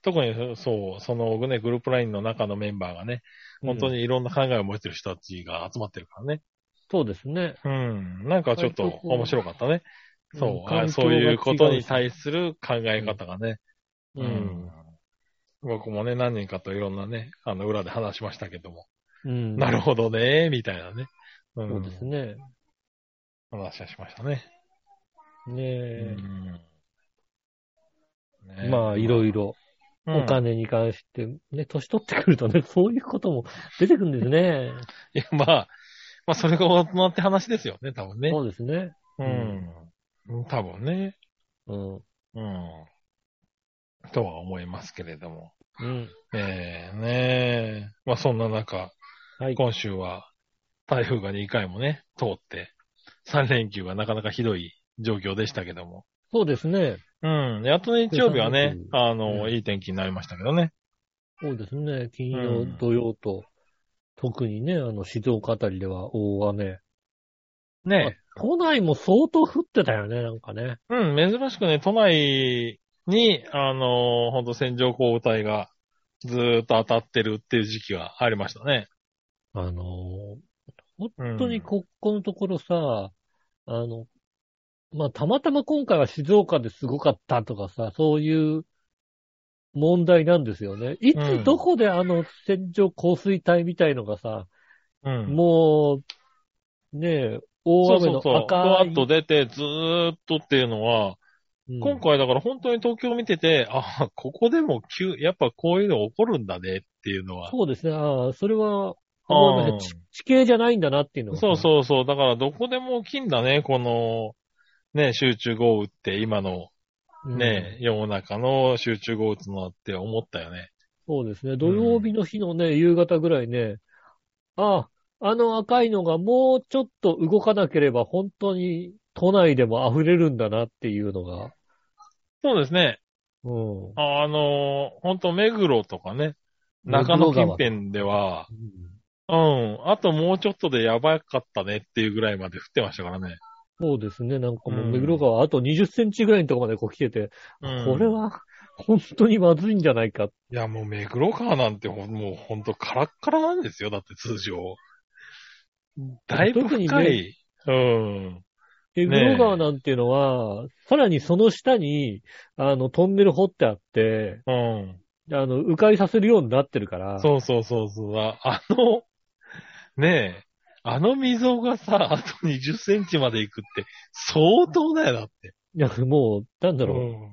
C: 特にそう、そのね、グループラインの中のメンバーがね、本当
B: うん。
C: にいろんな考えを持ってる人たちが集まってるからね。
B: そうですね。
C: うん。なんかちょっと面白かったね。そう、あそういうことに対する考え方がね。
B: うん。
C: 僕もね、何人かといろんなね、あの、裏で話しましたけども。
B: うん。
C: なるほどね、みたいなね。う。
B: そうんですね。
C: 話はしましたね。
B: ねえ。
C: ね
B: まあ、いろいろ、
C: うん
B: お金に関して、ね、年取ってくるとね、そういうことも出てくるんですね。
C: いや、まあ、まあ、それが大人って話ですよね、多分ね。
B: そうですね。
C: うん。多分ね。
B: うん。
C: うん。とは思いますけれども。
B: うん。
C: ええねえ。まあ、そんな中、
B: はい。
C: 今週は台風が2回もね、通って、3連休がなかなかひどい状況でしたけども。
B: そうですね。
C: うん。やっとね、日曜日はね
B: う、ん
C: あの、
B: うん
C: いい天気になりましたけどね。
B: そうですね。金
C: う
B: 曜
C: ん、
B: 土曜と、特にね、あの、静岡あたりでは大雨。
C: ね
B: まあ都内も相当降ってたよね、なんかね。
C: え。うん、珍しくね、都内に、あの、ほんと線状降雨帯がずーっと当たってるっていう時期がありましたね。
B: あのー
C: 本
B: 本当にここのところさ、あの、まあ、たまたま今回は静岡ですごかったとかさ、そういう問題なんですよね。い
C: うん
B: つどこであの線状降水帯みたいのがさ、
C: うん。
B: もう、ねえ、大雨の
C: そうそうそう。ふわ
B: 赤い。
C: っと出て、ずーっとっていうのは、
B: うん
C: 今回だから本当に東京を見てて、あ、ここでも急、やっぱこういうの起こるんだねっていうのは。
B: そうですね。ああ、それは、
C: あー
B: 地地形じゃないんだなっていうのが。
C: そうそうそう。だからどこでも起きんだね、この、ね、集中豪雨って今の
B: うん
C: ね、世の中の集中豪雨ってのはって思ったよね。
B: そうですね。土曜日の日のね、夕方ぐらいね、あ、あの赤いのがもうちょっと動かなければ本当に都内でも溢れるんだなっていうのが。
C: そうですね。
B: うん。
C: ああのー、本当目黒とかね、中野近辺では、うん、あともうちょっとでやばかったねっていうぐらいまで降ってましたからね。
B: そうですね。なんかも
C: う
B: う、
C: ん
B: 目黒川あと20センチぐらいのところまでこう来てて、
C: うん
B: これは本当にまずいんじゃないか。
C: いや、もう目黒川なんてほんもうほんとカラッカラなんですよ。だって通常。だいぶ深
B: 特に
C: い。うん。
B: 目黒川なんていうのは、さらにその下に、あの、トンネル掘ってあって、
C: うん。
B: あの、迂回させるようになってるから。
C: そうそうそうそう。あ あの、ねえ、あの溝がさ、あと20センチまで行くって相当だよ、だって。
B: いや、もう、なんだ
C: う
B: ろう。
C: ん。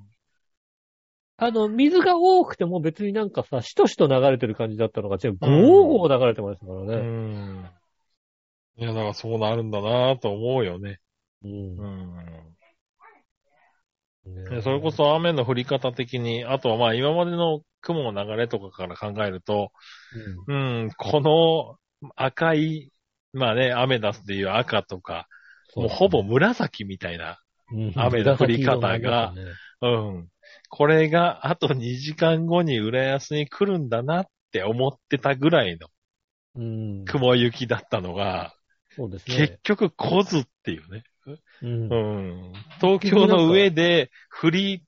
B: あの、水が多くても別になんかさ、しとしと流れてる感じだったのが、違う、ゴーゴー流れてましたから
C: う
B: ね。
C: ん。いや、だからそうなるんだなぁと思うよね。
B: うん
C: う。ん。
B: ね
C: でそれこ。そ雨の降り方的に、あとはまあ今までの雲の流れとかから考えると、うん、この赤い、まあね、アメダスでいう赤とか、もうほぼ紫みたいな、
B: うん
C: 雨の降り方が。うん。これがあと2時間後に浦安に来るんだなって思ってたぐらいの
B: うん。
C: 雲行きだったのが、
B: そうです
C: 結
B: ね。
C: 局来ずっていうね。
B: うん
C: うん。東京の上で降り、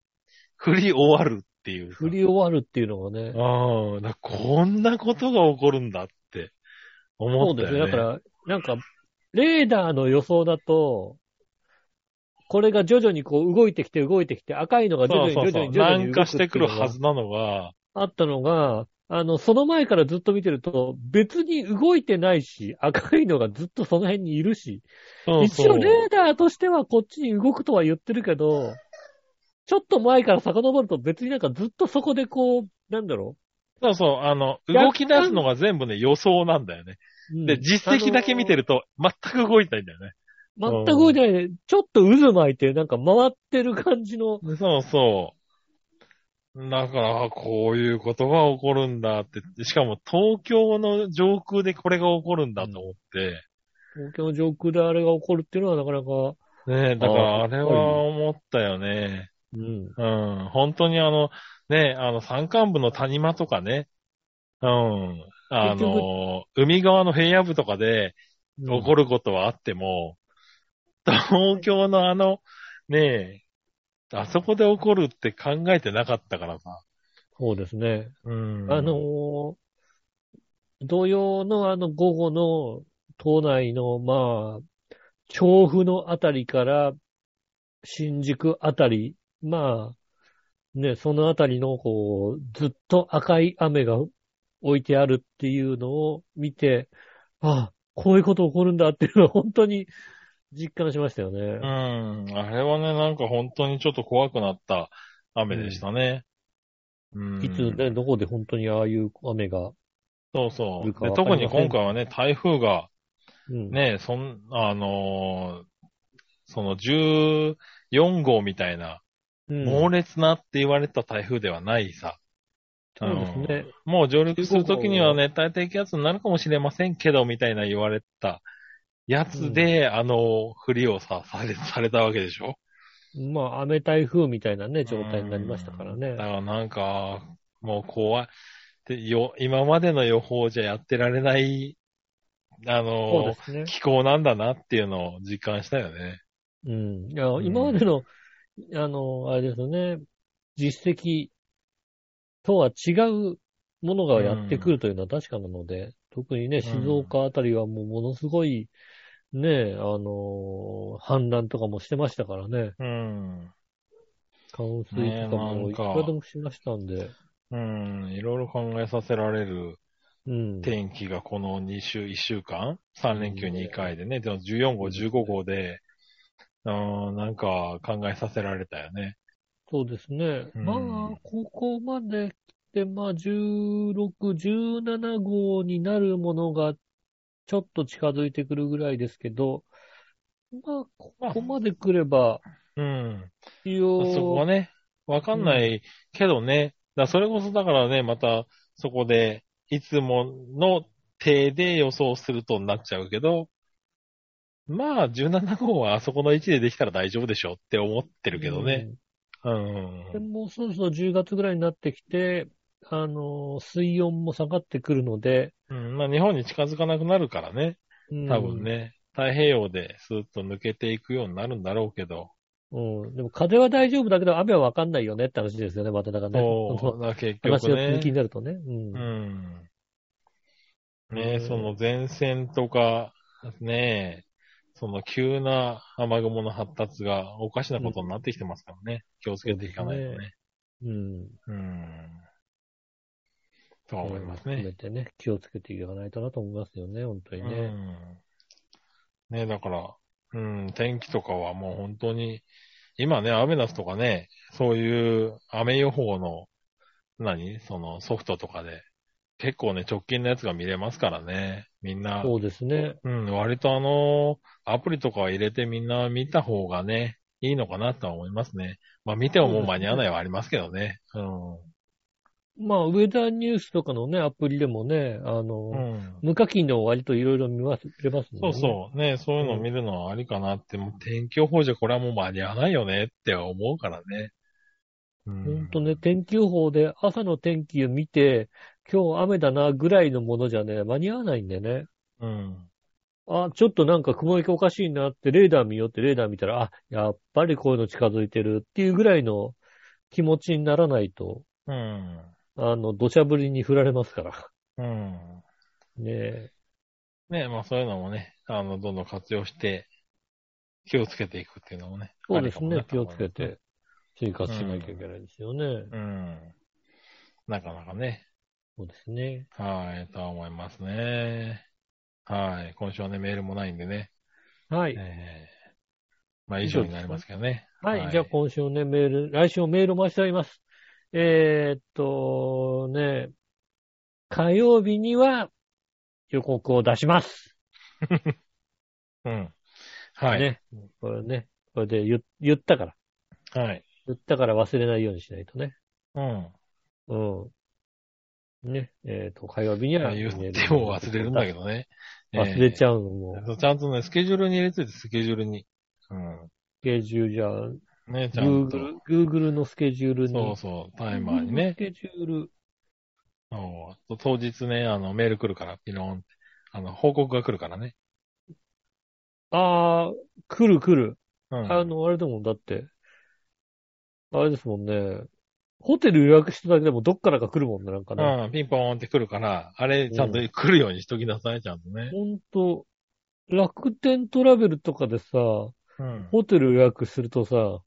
C: 降り終わるっていう。
B: 降り終わるっていうのがね。
C: うん。だからこんなことが起こるんだって
B: そ
C: 思
B: う
C: った
B: で
C: よ
B: すね。だ
C: ね。
B: から、なんか、レーダーの予想だと、これが徐々にこう動いてきて動いてきて、赤いのが徐々に
C: そうそう
B: 徐
C: そう
B: 々に徐々に
C: 南
B: 動
C: 下
B: く
C: し
B: って
C: て
B: い
C: く
B: う
C: る
B: のが
C: はずなのが、
B: あったのが、あの、その前からずっと見てると、別に動いてないし、赤いのがずっとその辺にいるし、
C: そう
B: 一
C: そ
B: 応
C: う
B: レーダーとしてはこっちに動くとは言ってるけど、ちょっと前から遡ると別になんかずっとそこでこう、なんだろ
C: そうそう、あの、
B: 干
C: 動き出すのが全部ね、予想なんだよね。
B: う。うん
C: で、実績だけ見て。ると、全く動いてないんだよね。
B: あの全く動いてないで、ちょっと渦巻いて、なんか回ってる感じの、
C: そうそう。だから、あこういうことが起こるんだって、しかも東京の上空でこれが起こるんだと思って、
B: 東京上空であれが起こるっていうのはなかなか、
C: ねえだから
B: あ
C: あれは思ったよね。
B: うん。
C: うん、本当にあの、ねえあの、山間部の谷間とかね、うん、あ
B: 結局
C: の、海側の平野部とかで、起こることはあっても、東京のあの、ねえ、あそこで起こるって考えてなかったからさ。
B: そうですね。
C: うん
B: あのー、同様のあの午後の島内の、まあ、調布のあたりから新宿あたり、まあ、ね、そのあたりの、こう、ずっと赤い雨が置いてあるっていうのを見て、ああ、こういうこと起こるんだっていうのは 本当に実感しましたよね。
C: うん。あれはね、なんか本当にちょっと怖くなった雨でしたね。うん。
B: いつね、どこで本当にああいう雨が。
C: そうそ
B: 来る
C: う。
B: か
C: で
B: わかり
C: 特
B: ません
C: に今回はね、台風が
B: うん、
C: ね、そん、あのーその14号みたいな、
B: うん。
C: 猛烈なって言われた台風ではないさ。
B: そうですね。
C: もう上陸するときには熱帯低気圧になるかもしれませんけど、みたいな言われたやつで、あの、ふりをさ、されされたわけでしょ
B: まあ、雨台風みたいなね、状態になりましたから
C: だか
B: ね。
C: らなんか、もう怖い。でよ今までの予報じゃやってられない、
B: そ
C: あ
B: う
C: の
B: で、すね。
C: 気候なんだなっていうのを実感したよね。
B: うん。いや
C: ん
B: 今までの、あの、あれですよね、実績とは違うものがやってくるというのは確かなので、特にね、静岡あたりはもうものすごい、ね、あの、氾濫とかもしてましたからね、
C: うん。
B: 冠水とかもいくらでもしましたんで、
C: うん。いろいろ考えさせられる
B: うん。
C: 天気がこの2週、1週間 ?3 連休2回でね、でも14号、15号で、うん、なんか考えさせられたよね。
B: そうですね。
C: うん
B: まあ、ここまで来て、まあ、16、17号になるものが、ちょっと近づいてくるぐらいですけど、まあ、ここまで来れば、
C: うん。
B: 一
C: そこは
B: 応、
C: ね、わかんないけどね、だからそれこそだからね、またそこで、いつもの手で予想するとなっちゃうけど、まあ、17号はあそこの位置でできたら大丈夫でしょって思ってるけどね。うん。
B: うん。でもうそろそろ10月ぐらいになってきて、あの、水温も下がってくるので、
C: うん、まあ、日本に近づかなくなるからね。
B: うん
C: 多分。ね、太平洋でスーッと抜けていくようになるんだろうけど、
B: うん。でも風は大丈夫だけど、雨はわかんないよねって話ですよね、まただからね。
C: そう、
B: そ
C: だから結
B: の話
C: 局
B: の続きに
C: ね。
B: なるとね。うん
C: うん。ね
B: うん
C: その前線とか、ねその急な雨雲の発達がおかしなことになってきてますからね。気をつけていかないとね。
B: うん。
C: うん。とは思いますね。
B: 含めてね、気をつけていかないとなと思いますよね、本当にね。
C: うん。ねだから、うん、天気とかはもう本当に、今ね、アメダスとかね、そういう雨予報の、何そのソフトとかで、結構ね、直近のやつが見れますからね。みんな、
B: そうですね。
C: うん、割とあの、アプリとかを入れてみんな見た方がね、いいのかなとは思いますね。まあ見てももう間に合わないはありますけどね。うん。
B: まあ、ウェザーニュースとかのね、アプリでもね、あの、
C: うん。
B: 無課金の割といろいろ見ます、見れます
C: そうそう。ねそういうのを見るのはありかなって、もう天気予報じゃこれはもう間に合わないよねって思うからね。うん
B: 本当ね、天気予報で朝の天気を見て、今日雨だなぐらいのものじゃね、間に合わないんでね。
C: うん。
B: あ、ちょっとなんか雲行きおかしいなって、レーダー見ようってレーダー見たら、あ、やっぱりこういうの近づいてるっていうぐらいの気持ちにならないと、
C: うん。
B: あの、土砂降りに降られますから。
C: うん。
B: ねえ。
C: ねまあそういうのもね、あの、どんどん活用して、気をつけていくっていうのもね。
B: そうですね。気をつけ
C: て
B: て生活しなきゃいけないですよね。
C: うん。なかなかね。
B: そうですね。
C: はい、とは思いますね。はい。今週はね、メールもないんでね。
B: はい。
C: えー、まあ以上になりますけどね。
B: はい。
C: はい
B: じゃあ今週ね、メール、来週もメールお待ちしております。えーっと、ね、火曜日には予告を出します。
C: うん。はい。
B: ね。これね、これで言言ったから。
C: はい。
B: 言ったから忘れないようにしないとね。
C: うん。
B: うん。ね、えーっと、火曜日にはメ
C: 言
B: ール。
C: っても忘れるんだけどね。
B: 忘れち
C: ゃ
B: ゃうのも、
C: う。ちゃんとね、スケジュールに入れといて、スケジュールに。う
B: スケジュールじゃあ、
C: ん。ね、ちゃんと。
B: Google、Google のスケジュールに。
C: そうそう、タイマーにね
B: ス。ケジュール。
C: そう当日ね、あの、メール来るから、ピローンって。あの、報告が来るからね。
B: ああ、来る来る。
C: うん。
B: あの、あれでもんだって、あれですもんね。ホテル予約しただけでもどっからか来るもんね、なんかね。
C: うん、ピンポーンって来るから、あれ、ちゃんと
B: う
C: 来るようにしときなさい、ちゃんとね。
B: ほんと、楽天トラベルとかでさ、
C: うん。
B: ホテル予約するとさ、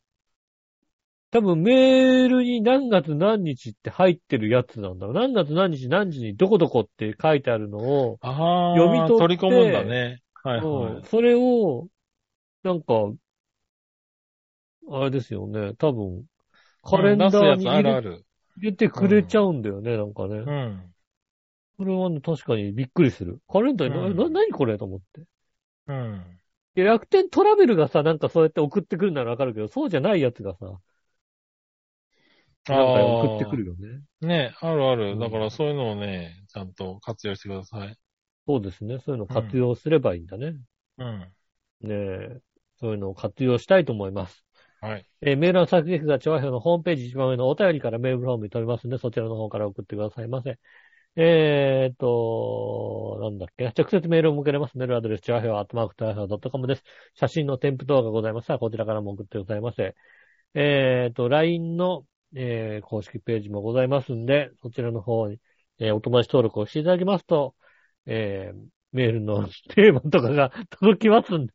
B: 多分メールに何月何日って入ってるやつなんだろう。何月何日何時にどこどこって書いてあるのを、
C: ああ、
B: 読み取って
C: 取り込むんだね。はい
B: うん
C: は
B: それを、なんか、あれですよね。多分、
C: い。
B: カレンダ
C: う
B: ー
C: ん出
B: に
C: すやつあ
B: 入
C: るあ
B: れ
C: る。
B: 入れてくれちゃうんだよね、なんかね
C: う。ん。
B: これはね、確かにびっくりする。カレンダーに、
C: うん
B: な、な、何これと思って。
C: うん。
B: で楽天トラベルがさ、なんかそうやって送ってくるならわかるけど、そうじゃないやつがさ、なんか送ってくるよね。
C: る。ね、あるあ
B: う
C: る。
B: ん
C: だからそういうのをね、ちゃんと活用してください。
B: そうですね。そういうのを活用すればいいんだね。
C: うん。
B: ねえ。そういうのを活用したいと思います。
C: はい。
B: えーメールの作劇が調和表のホームページ一番上のお便りからメールフォームに取りますので、そちらの方から送ってくださいませ。えーっと、なんだっけな、直接メールを向けれます。メールアドレス、調和表、アットマーク、調和表 .com です。写真の添付等がございましたら、こちらからも送ってくださいませ。えーっと、LINE の、えー公式ページもございますんで、そちらの方に、えーお友達登録をしていただきますと、えーメールの テーマとかが届きますんで。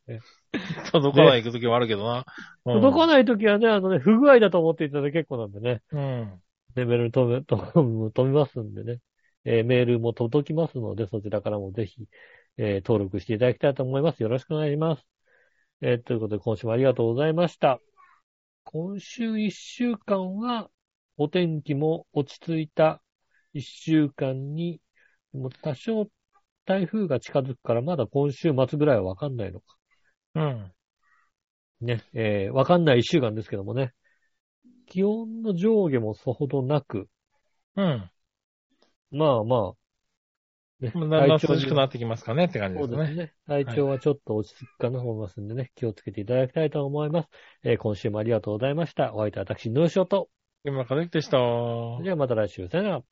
C: 届かない行くときもあるけどな。
B: 届か
C: ない。
B: ないときはね、あのね、不具合だと思っていただいて結構なんでね。
C: うん。
B: レベルに飛べ、 飛飛びますんでね。えーメールも届きますので、そちらからもぜひ、えー登録していただきたいと思います。よろしくお願いします。えーということで、今週もありがとうございました。今週一週間は、お天気も落ち着いた一週間に、もう多少台風が近づくから、まだ今週末ぐらいはわかんないのか。
C: うん。
B: ね、えーわかんない一週間ですけどもね。気温の上下もそほどなく、
C: うん。
B: まあまあ、ね
C: だんだん涼
B: 体調
C: しくなってきますかねって感じ
B: そ
C: で
B: う
C: す
B: です
C: ね。
B: ね。体調はちょっと落ち着くかなと思いますんでね、気をつけていただきたいと思います。えー今週もありがとうございました。お相手は私、ヌーショット。
C: 今からできてした。
B: ではまた来週、さよなら。